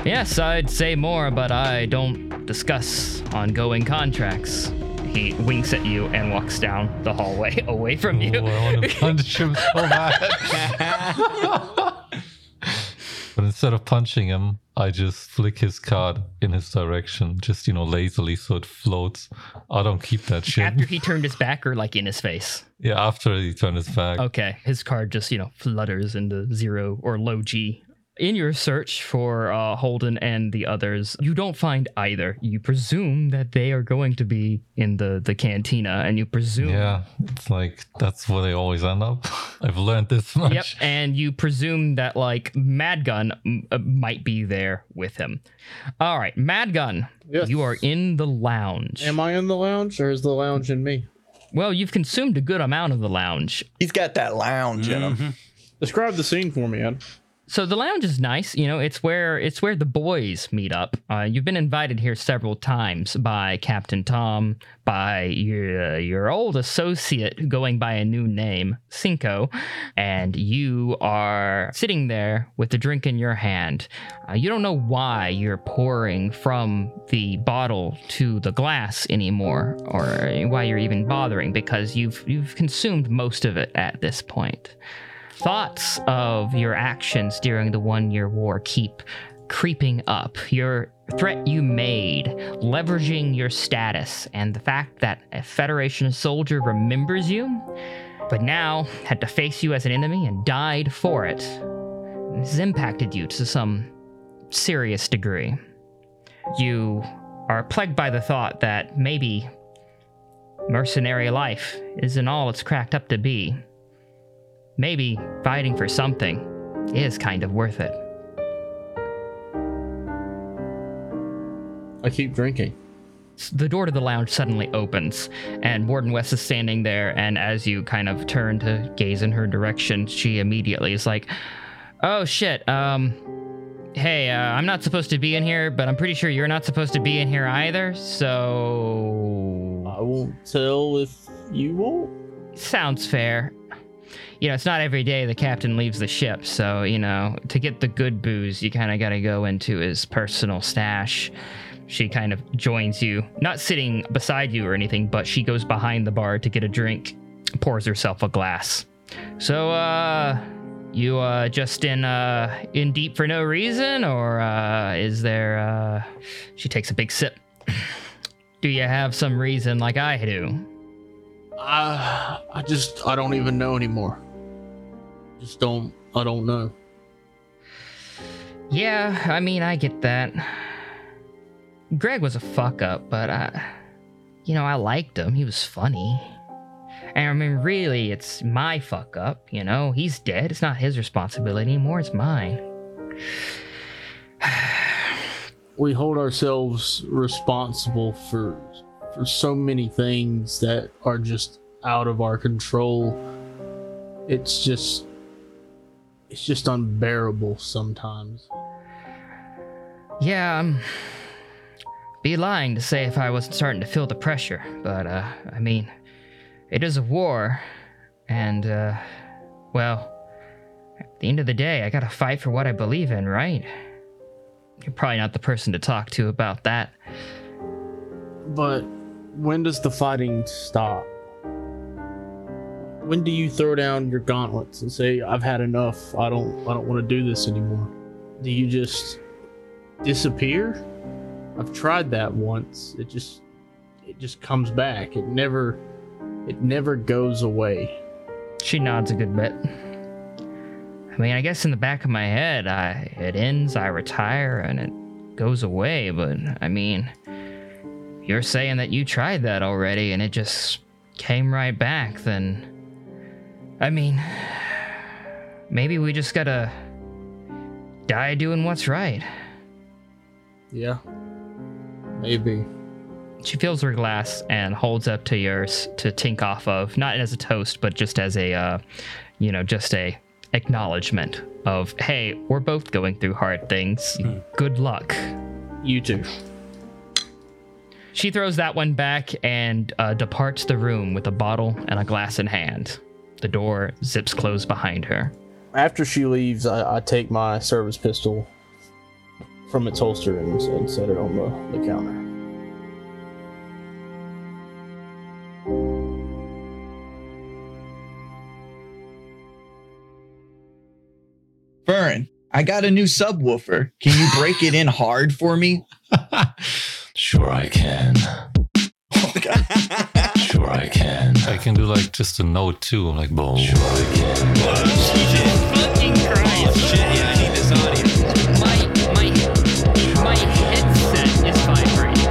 A: Yes, I'd say more, but I don't discuss ongoing contracts. He winks at you and walks down the hallway away from
E: Ooh, I
A: you.
E: want to punch him so bad. but instead of punching him, I just flick his card in his direction, just you know, lazily, so it floats. I don't keep that shit.
A: After he turned his back or like in his face.
E: yeah, after he turned his back.
A: Okay, his card just you know flutters into zero or low G. In your search for uh, Holden and the others, you don't find either. You presume that they are going to be in the the cantina, and you presume.
E: Yeah, it's like that's where they always end up. I've learned this much.
A: Yep, and you presume that like Madgun m- uh, might be there with him. All right, Madgun,
D: Yes.
A: you are in the lounge.
D: Am I in the lounge or is the lounge in me?
A: Well, you've consumed a good amount of the lounge.
B: He's got that lounge in
E: Mm-hmm.
B: him.
D: Describe the scene for me, Ed.
A: So the lounge is nice. You know, it's where it's where the boys meet up. Uh, you've been invited here several times by Captain Tom, by your your old associate going by a new name, Cinco, and you are sitting there with a drink in your hand. Uh, you don't know why you're pouring from the bottle to the glass anymore, or why you're even bothering because you've you've consumed most of it at this point. Thoughts of your actions during the one year war keep creeping up. Your threat you made, leveraging your status, and the fact that a Federation soldier remembers you, but now had to face you as an enemy and died for it. This has impacted you to some serious degree. You are plagued by the thought that maybe mercenary life isn't all it's cracked up to be. Maybe fighting for something is kind of worth it.
D: I keep drinking.
A: The door to the lounge suddenly opens, and Warden West is standing there. And as you kind of turn to gaze in her direction, she immediately is like, "Oh shit! Um, hey, uh, I'm not supposed to be in here, but I'm pretty sure you're not supposed to be in here either. So
D: I won't tell if you won't.
A: Sounds fair. You know, it's not every day the captain leaves the ship, so you know, to get the good booze, you kind of got to go into his personal stash." She kind of joins you, not sitting beside you or anything, but she goes behind the bar to get a drink, pours herself a glass. So, uh, you uh just in uh in deep for no reason, or uh, is there? Uh... She takes a big sip. do you have some reason like I do?
D: I I just I don't even know anymore. Just don't I don't know.
A: Yeah, I mean I get that. Greg was a fuck up, but I, you know, I liked him. He was funny. And I mean, really, it's my fuck up, you know? He's dead. It's not his responsibility anymore, it's mine.
D: We hold ourselves responsible for for so many things that are just out of our control. It's just it's just unbearable sometimes.
A: Yeah, I'm. Be lying to say if I wasn't starting to feel the pressure, but, uh, I mean, it is a war, and, uh, well, at the end of the day, I gotta fight for what I believe in, right? You're probably not the person to talk to about that.
D: But when does the fighting stop? When do you throw down your gauntlets and say, "I've had enough. I don't I don't want to do this anymore." Do you just disappear? I've tried that once. It just it just comes back. It never it never goes away.
A: She nods a good bit. I mean, I guess in the back of my head, I it ends, I retire, and it goes away, but I mean, you're saying that you tried that already and it just came right back, then I mean, maybe we just gotta die doing what's right.
D: Yeah. Maybe.
A: She fills her glass and holds up to yours to tink off of, not as a toast, but just as a, uh, you know, just a acknowledgement of, hey, we're both going through hard things. Good luck.
D: Hmm. You too.
A: She throws that one back and uh, departs the room with a bottle and a glass in hand. The door zips closed behind her.
D: After she leaves, I, I take my service pistol from its holster and, and set it on the, the counter.
B: Burn. I got a new subwoofer. Can you break it in hard for me?
L: Sure, I can. sure, I can.
E: I can do like just a note too, like boom. Sure, I can.
K: Fucking Christ.
C: I need this audience.
K: My, my, my headset is vibrating.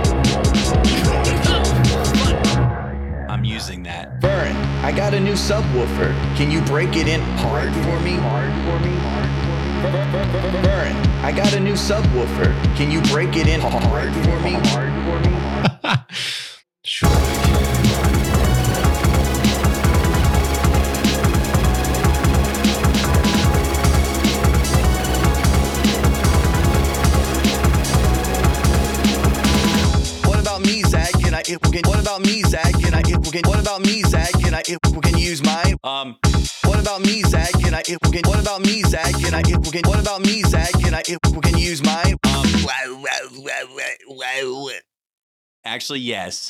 C: I'm using that.
B: Burn. I got a new subwoofer. Can you break it in hard for me? Hard for me. Burn. I got a new subwoofer. Can you break it in hard for me? Hard for me.
L: Sure, I can.
B: What about me, Zach? Can I if can What about me, Zach? Can I if can What about me, Zach? Can I if can use my
C: Um,
B: What about me, Zach? Can I if can What about me, Zach? Can I if can What about me, Zach? Can I if can use my um
C: actually, yes.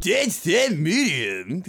B: dead, dead medium.